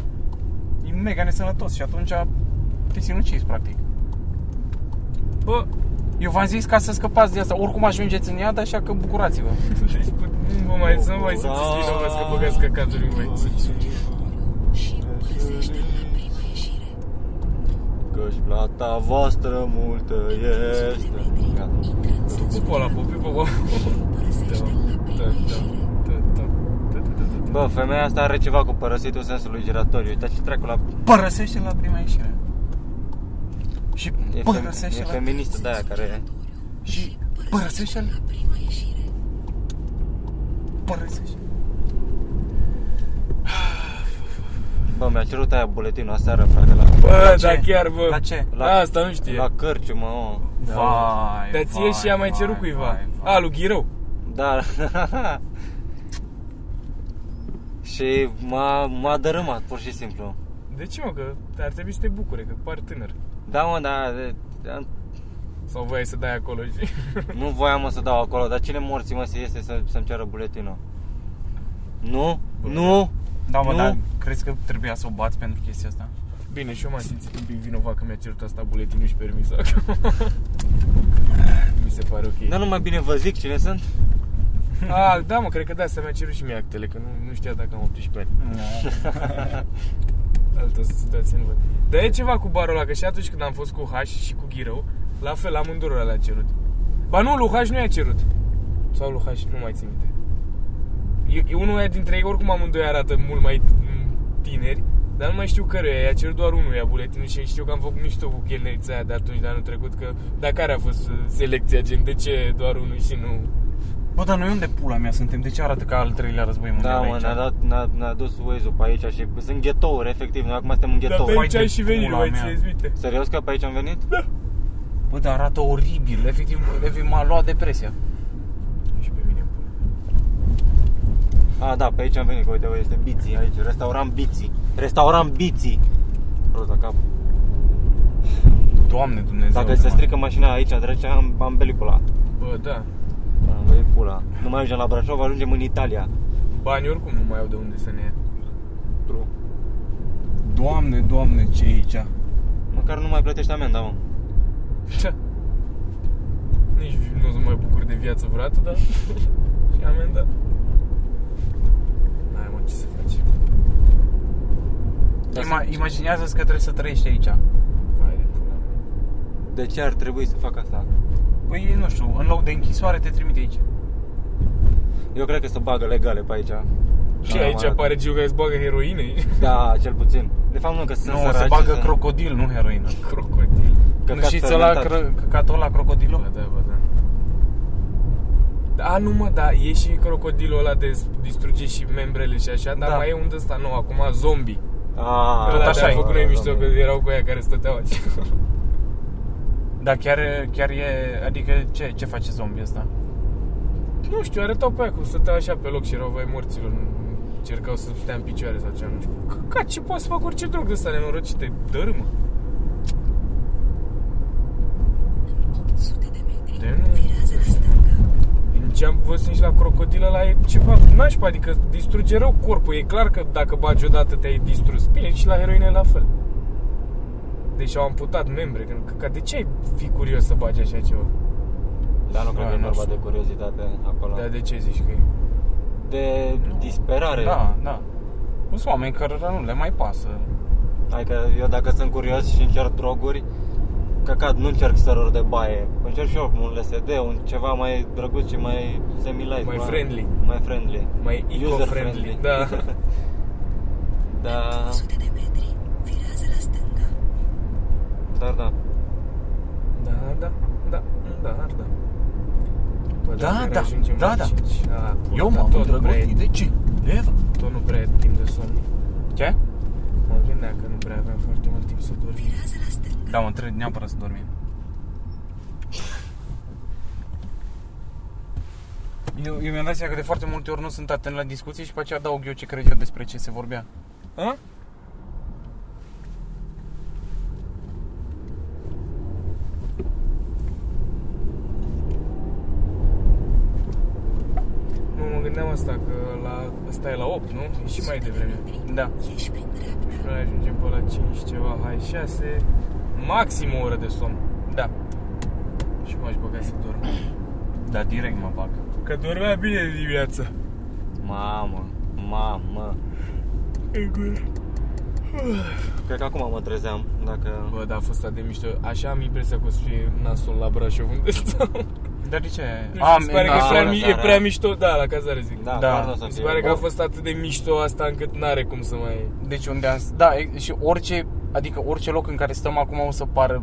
[SPEAKER 3] e mega nesănătos și atunci te sinucizi, practic.
[SPEAKER 4] Bă,
[SPEAKER 3] Eu v-am zis ca să scăpați de asta. Oricum ajungeți în iad, așa că bucurați-vă.
[SPEAKER 4] deci bă, nu vă mai să nu mai simțiți vinovați că băgați căcaturi în voi
[SPEAKER 2] Căci plata voastră multă este. Gata.
[SPEAKER 4] Tu cu cola, popi, popo da,
[SPEAKER 2] Bă, femeia asta are ceva cu părăsitul sensului giratoriu. Uite ce treacu la...
[SPEAKER 3] Părăsește la prima ieșire. Și
[SPEAKER 2] E, fem... e
[SPEAKER 3] părăsește la...
[SPEAKER 2] feministă de aia care...
[SPEAKER 3] Și Părăsește-l. Părăsește.
[SPEAKER 2] Bă, mi-a cerut aia buletinul aseară, frate, la,
[SPEAKER 4] Bă,
[SPEAKER 3] ce?
[SPEAKER 4] da chiar, bă.
[SPEAKER 3] La ce?
[SPEAKER 2] La-
[SPEAKER 4] Da, Asta nu știe. Da.
[SPEAKER 2] la cărciu, mă, mă.
[SPEAKER 3] Da. Vai,
[SPEAKER 4] Dar ție
[SPEAKER 3] vai,
[SPEAKER 4] și a mai
[SPEAKER 3] vai,
[SPEAKER 4] cerut cuiva.
[SPEAKER 3] vai, vai.
[SPEAKER 4] A, lui Ghirou.
[SPEAKER 2] Da. și m-a, m-a dărâmat, pur și simplu.
[SPEAKER 4] De ce, mă? Că ar trebui să te bucure, că pari tânăr.
[SPEAKER 2] Da, mă, da, de- de-
[SPEAKER 4] Sau voiai să dai acolo și...
[SPEAKER 2] nu voiam mă, să dau acolo, dar cine morții mă se iese să, să-mi ceară buletinul? Nu? Nu?
[SPEAKER 3] Da, mă,
[SPEAKER 2] Nu?
[SPEAKER 3] dar crezi că trebuia să o bați pentru chestia asta?
[SPEAKER 4] Bine, și eu m-am simțit un pic vinovat că mi-a cerut asta buletinul și permis acum. Mi se pare ok.
[SPEAKER 2] Dar nu mai bine vă zic cine sunt?
[SPEAKER 4] A, da, mă, cred că de asta mi-a cerut și mie actele, că nu, nu știa dacă am 18 ani. Altă situație nu văd. Dar e ceva cu barul ăla, că și atunci când am fost cu H și cu Ghirău, la fel amândurora le-a cerut. Ba nu, lui H nu i-a cerut. Sau lui H, nu mai țin minte. E, e unul dintre ei, oricum amândoi arată mult mai t- tineri, dar nu mai știu căruia, i-a cerut doar unul, i-a buletinul și știu că am făcut mișto cu chelnerița aia de atunci, de anul trecut, că dar care a fost uh, selecția, gen, de ce doar unul și nu
[SPEAKER 3] Bă, dar noi unde pula mea suntem? De ce arată ca al treilea război mondial
[SPEAKER 2] Da, mă,
[SPEAKER 3] aici?
[SPEAKER 2] ne-a, dat, ne-a, ne-a dus Waze-ul pe aici și sunt ghetouri, efectiv, noi acum suntem în
[SPEAKER 4] Dar
[SPEAKER 2] ghetou.
[SPEAKER 4] Da, pe aici Da.
[SPEAKER 3] Vai
[SPEAKER 4] ai
[SPEAKER 3] de
[SPEAKER 4] și venit,
[SPEAKER 3] pula
[SPEAKER 4] mai
[SPEAKER 3] mea.
[SPEAKER 4] țineți minte.
[SPEAKER 2] Serios că pe aici am venit?
[SPEAKER 3] Bă, dar arată oribil, efectiv, efectiv m-a luat depresia.
[SPEAKER 4] Și pe mine pune.
[SPEAKER 2] A, da, pe aici am venit, că uite, bă, este Biții aici, restaurant Biții. Restaurant Biții! Prost la cap.
[SPEAKER 3] Doamne Dumnezeu.
[SPEAKER 2] Dacă se
[SPEAKER 3] mă.
[SPEAKER 2] strică mașina aici, dragi, am, am pelicula.
[SPEAKER 4] Bă, da.
[SPEAKER 2] Am venit pula. Nu mai ajungem la Brașov, ajungem în Italia.
[SPEAKER 4] Banii oricum nu mai au de unde să ne ia.
[SPEAKER 2] True.
[SPEAKER 3] Doamne, doamne, ce e aici?
[SPEAKER 2] Măcar nu mai plătești amenda, mă.
[SPEAKER 4] Ce? Nici nu o să mai bucur de viață vreodată, dar... și amenda. N-ai mă, ce să faci?
[SPEAKER 2] Dar
[SPEAKER 3] Ima- imaginează-ți că trebuie să trăiești aici.
[SPEAKER 4] Hai de pula. mea.
[SPEAKER 2] De ce ar trebui să fac asta?
[SPEAKER 3] Păi, nu știu, în loc de închisoare te trimite aici.
[SPEAKER 2] Eu cred că se bagă legale pe aici.
[SPEAKER 4] Și
[SPEAKER 2] Da,
[SPEAKER 4] aici
[SPEAKER 2] mă.
[SPEAKER 4] apare Giu care îți bagă heroină
[SPEAKER 2] Da, cel puțin. De fapt nu, că sunt
[SPEAKER 3] Nu,
[SPEAKER 2] săraci
[SPEAKER 3] se bagă
[SPEAKER 2] și
[SPEAKER 3] crocodil, nu heroină.
[SPEAKER 4] Crocodil.
[SPEAKER 2] Căcat
[SPEAKER 3] Nu știți ăla
[SPEAKER 2] fermentat.
[SPEAKER 3] cr- căcatul ăla
[SPEAKER 4] Bă,
[SPEAKER 3] crocodilul?
[SPEAKER 4] da, bă, da. Da, nu mă, da, e și crocodilul ăla de distruge și membrele și așa, dar
[SPEAKER 3] Da.
[SPEAKER 4] mai e un ăsta nou, acum zombie.
[SPEAKER 2] Ah,
[SPEAKER 4] Tot
[SPEAKER 3] Tot
[SPEAKER 4] așa
[SPEAKER 3] așa
[SPEAKER 4] am
[SPEAKER 3] e.
[SPEAKER 4] făcut noi mișto
[SPEAKER 2] da,
[SPEAKER 4] că erau cu aia care stăteau aici.
[SPEAKER 3] Da, chiar, chiar e... Adică ce, ce face zombie ăsta?
[SPEAKER 4] Nu știu, arătau pe aia cum stăteau așa pe loc și erau vai morților. Cercau să stea în picioare sau ceva, nu știu. Ca ce poți să fac orice drog de ăsta nenorocite, dărâmă. De nu, nu știu. Din ce am văzut nici la crocodil ăla e ceva nașpa, adică distruge rău corpul. E clar că dacă bagi odată te-ai distrus. Bine, și la heroină e la fel. Deci au amputat membre. Că, că- că de ce ai fi curios să bagi așa ceva?
[SPEAKER 2] Dar nu cred
[SPEAKER 3] Da,
[SPEAKER 2] că e
[SPEAKER 3] nu
[SPEAKER 2] vorba
[SPEAKER 3] știu.
[SPEAKER 2] de curiozitate acolo.
[SPEAKER 4] Dar
[SPEAKER 2] De,
[SPEAKER 4] de ce zici că e?
[SPEAKER 2] disperare.
[SPEAKER 3] Da, da. Nu sunt oameni cărora nu le mai pasă.
[SPEAKER 2] Adică eu dacă sunt curios și încerc droguri, căcat, nu încerc săruri de baie. Încerc și eu un LSD, un ceva mai drăguț și mai semi-light.
[SPEAKER 4] Mai
[SPEAKER 2] bă.
[SPEAKER 4] friendly.
[SPEAKER 2] Mai friendly.
[SPEAKER 4] Mai eco-friendly.
[SPEAKER 2] User-friendly.
[SPEAKER 4] Da.
[SPEAKER 2] Da, dar da.
[SPEAKER 4] da, da, da, da, ar da. Bă,
[SPEAKER 3] Da,
[SPEAKER 4] dacă
[SPEAKER 3] da,
[SPEAKER 4] ajungem
[SPEAKER 3] da,
[SPEAKER 4] la
[SPEAKER 3] da.
[SPEAKER 4] 5, da, pula,
[SPEAKER 3] Eu
[SPEAKER 4] dar
[SPEAKER 3] m-am
[SPEAKER 4] tot nu prea e-
[SPEAKER 3] îndrăgostit de ce? De Eva.
[SPEAKER 4] Tot nu prea e timp de somn.
[SPEAKER 3] Ce?
[SPEAKER 4] Mă gândeam că nu prea aveam foarte mult timp să dormim.
[SPEAKER 3] Da, mă, trebuie neapărat să dormim. Eu, eu mi-am dat seama că de foarte multe ori nu sunt atent la discuții și pe aceea adaug eu ce cred eu despre ce se vorbea.
[SPEAKER 4] A? Nu, mă gândeam asta, că la, asta e la 8, nu? E și mai devreme.
[SPEAKER 3] Da.
[SPEAKER 4] Și noi ajungem pe la 5 ceva, hai 6, maxim o oră de somn.
[SPEAKER 3] Da.
[SPEAKER 4] Și m-aș băga să dorm.
[SPEAKER 3] Da, direct mă bag.
[SPEAKER 4] Că dormea bine dimineața.
[SPEAKER 2] Mamă, mamă. Cred că acum mă trezeam, dacă...
[SPEAKER 4] Bă, da, a fost atât de mișto. Așa am impresia că o să fie nasol la Brașov unde stau.
[SPEAKER 3] Dar de ce?
[SPEAKER 4] Nu știu, mi se pare că e
[SPEAKER 2] da,
[SPEAKER 4] prea,
[SPEAKER 2] da,
[SPEAKER 4] mi-
[SPEAKER 2] da,
[SPEAKER 4] e
[SPEAKER 2] da.
[SPEAKER 4] prea mișto, da, la cazare zic.
[SPEAKER 2] Da,
[SPEAKER 3] Da.
[SPEAKER 2] clar n-o să
[SPEAKER 4] Mi se
[SPEAKER 2] fie.
[SPEAKER 4] pare că a
[SPEAKER 2] Bă,
[SPEAKER 4] fost atât de mișto asta încât n-are cum să mai...
[SPEAKER 3] Deci unde am... Da, e- și orice... Adică orice loc în care stăm acum o să pară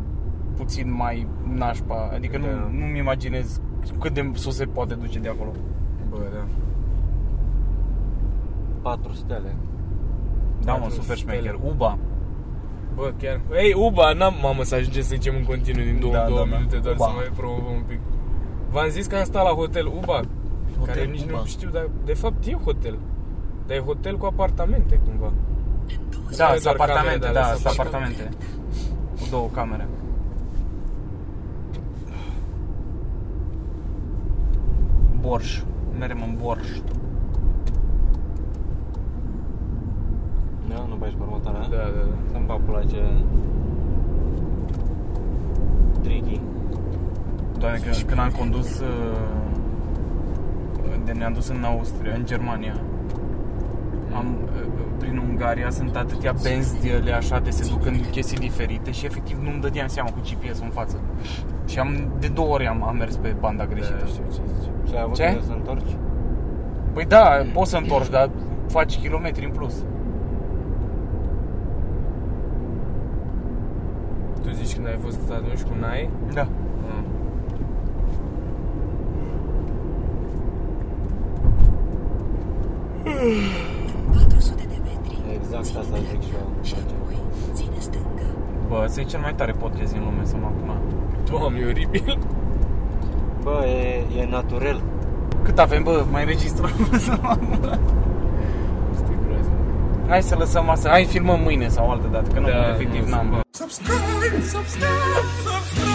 [SPEAKER 3] puțin mai nașpa. Adică nu,
[SPEAKER 4] Da.
[SPEAKER 3] nu-mi imaginez cât de sus se poate duce de acolo.
[SPEAKER 4] Bă, da.
[SPEAKER 2] 4 stele.
[SPEAKER 3] Da, mă,
[SPEAKER 4] Patru
[SPEAKER 3] super
[SPEAKER 4] stele.
[SPEAKER 3] șmecher. Uba.
[SPEAKER 4] Bă, chiar. Ei, Uba, n-am, mamă, să ajungem să zicem în continuu din două,
[SPEAKER 3] Da,
[SPEAKER 4] două
[SPEAKER 3] da, da.
[SPEAKER 4] minute, doar
[SPEAKER 3] Uba.
[SPEAKER 4] să mai promovăm un pic. V-am zis că am stat la hotel Uba, hotel care nici
[SPEAKER 2] Uba.
[SPEAKER 4] nu știu, dar de fapt e hotel. Dar e hotel cu apartamente, cumva.
[SPEAKER 3] Da,
[SPEAKER 4] Păi Doar
[SPEAKER 3] sunt apartamente,
[SPEAKER 4] camere,
[SPEAKER 3] da,
[SPEAKER 4] da,
[SPEAKER 3] sunt
[SPEAKER 4] sunt
[SPEAKER 3] apartamente. Cu două camere. Borș. Merem în Borș.
[SPEAKER 2] Da, nu bagi pe următoarea?
[SPEAKER 4] Da, da, da.
[SPEAKER 2] Să-mi bag pula ce... Tricky.
[SPEAKER 3] Doamne, că când am condus uh, de ne-am dus în Austria, în Germania am, uh, prin Ungaria sunt atâtea benzi de ele așa de se duc în chestii diferite și efectiv nu-mi dădeam seama cu GPS în față și am, de două ori am, am mers pe banda greșită
[SPEAKER 4] Da, știu ce zici.
[SPEAKER 2] Și ai avut
[SPEAKER 3] Ce?
[SPEAKER 2] grijă să întorci?
[SPEAKER 3] Păi da, poți să întorci, dar faci kilometri în plus
[SPEAKER 4] Tu zici când ai fost atunci cu Nai?
[SPEAKER 3] Da
[SPEAKER 2] Exact asta zic și eu.
[SPEAKER 3] Bă, ăsta e cel mai tare podcast din lume să mă acum
[SPEAKER 4] Doamne, e oribil.
[SPEAKER 2] Bă, e, e naturel.
[SPEAKER 3] Cât avem, bă, mai registrăm să mă acum
[SPEAKER 4] Este groaznic.
[SPEAKER 3] Hai să lăsăm asta, hai filmăm mâine sau altă dată, că nu,
[SPEAKER 4] Da,
[SPEAKER 3] efectiv
[SPEAKER 4] nu,
[SPEAKER 3] n-am
[SPEAKER 4] să-
[SPEAKER 3] bă.
[SPEAKER 1] Subscribe, subscribe, subscribe.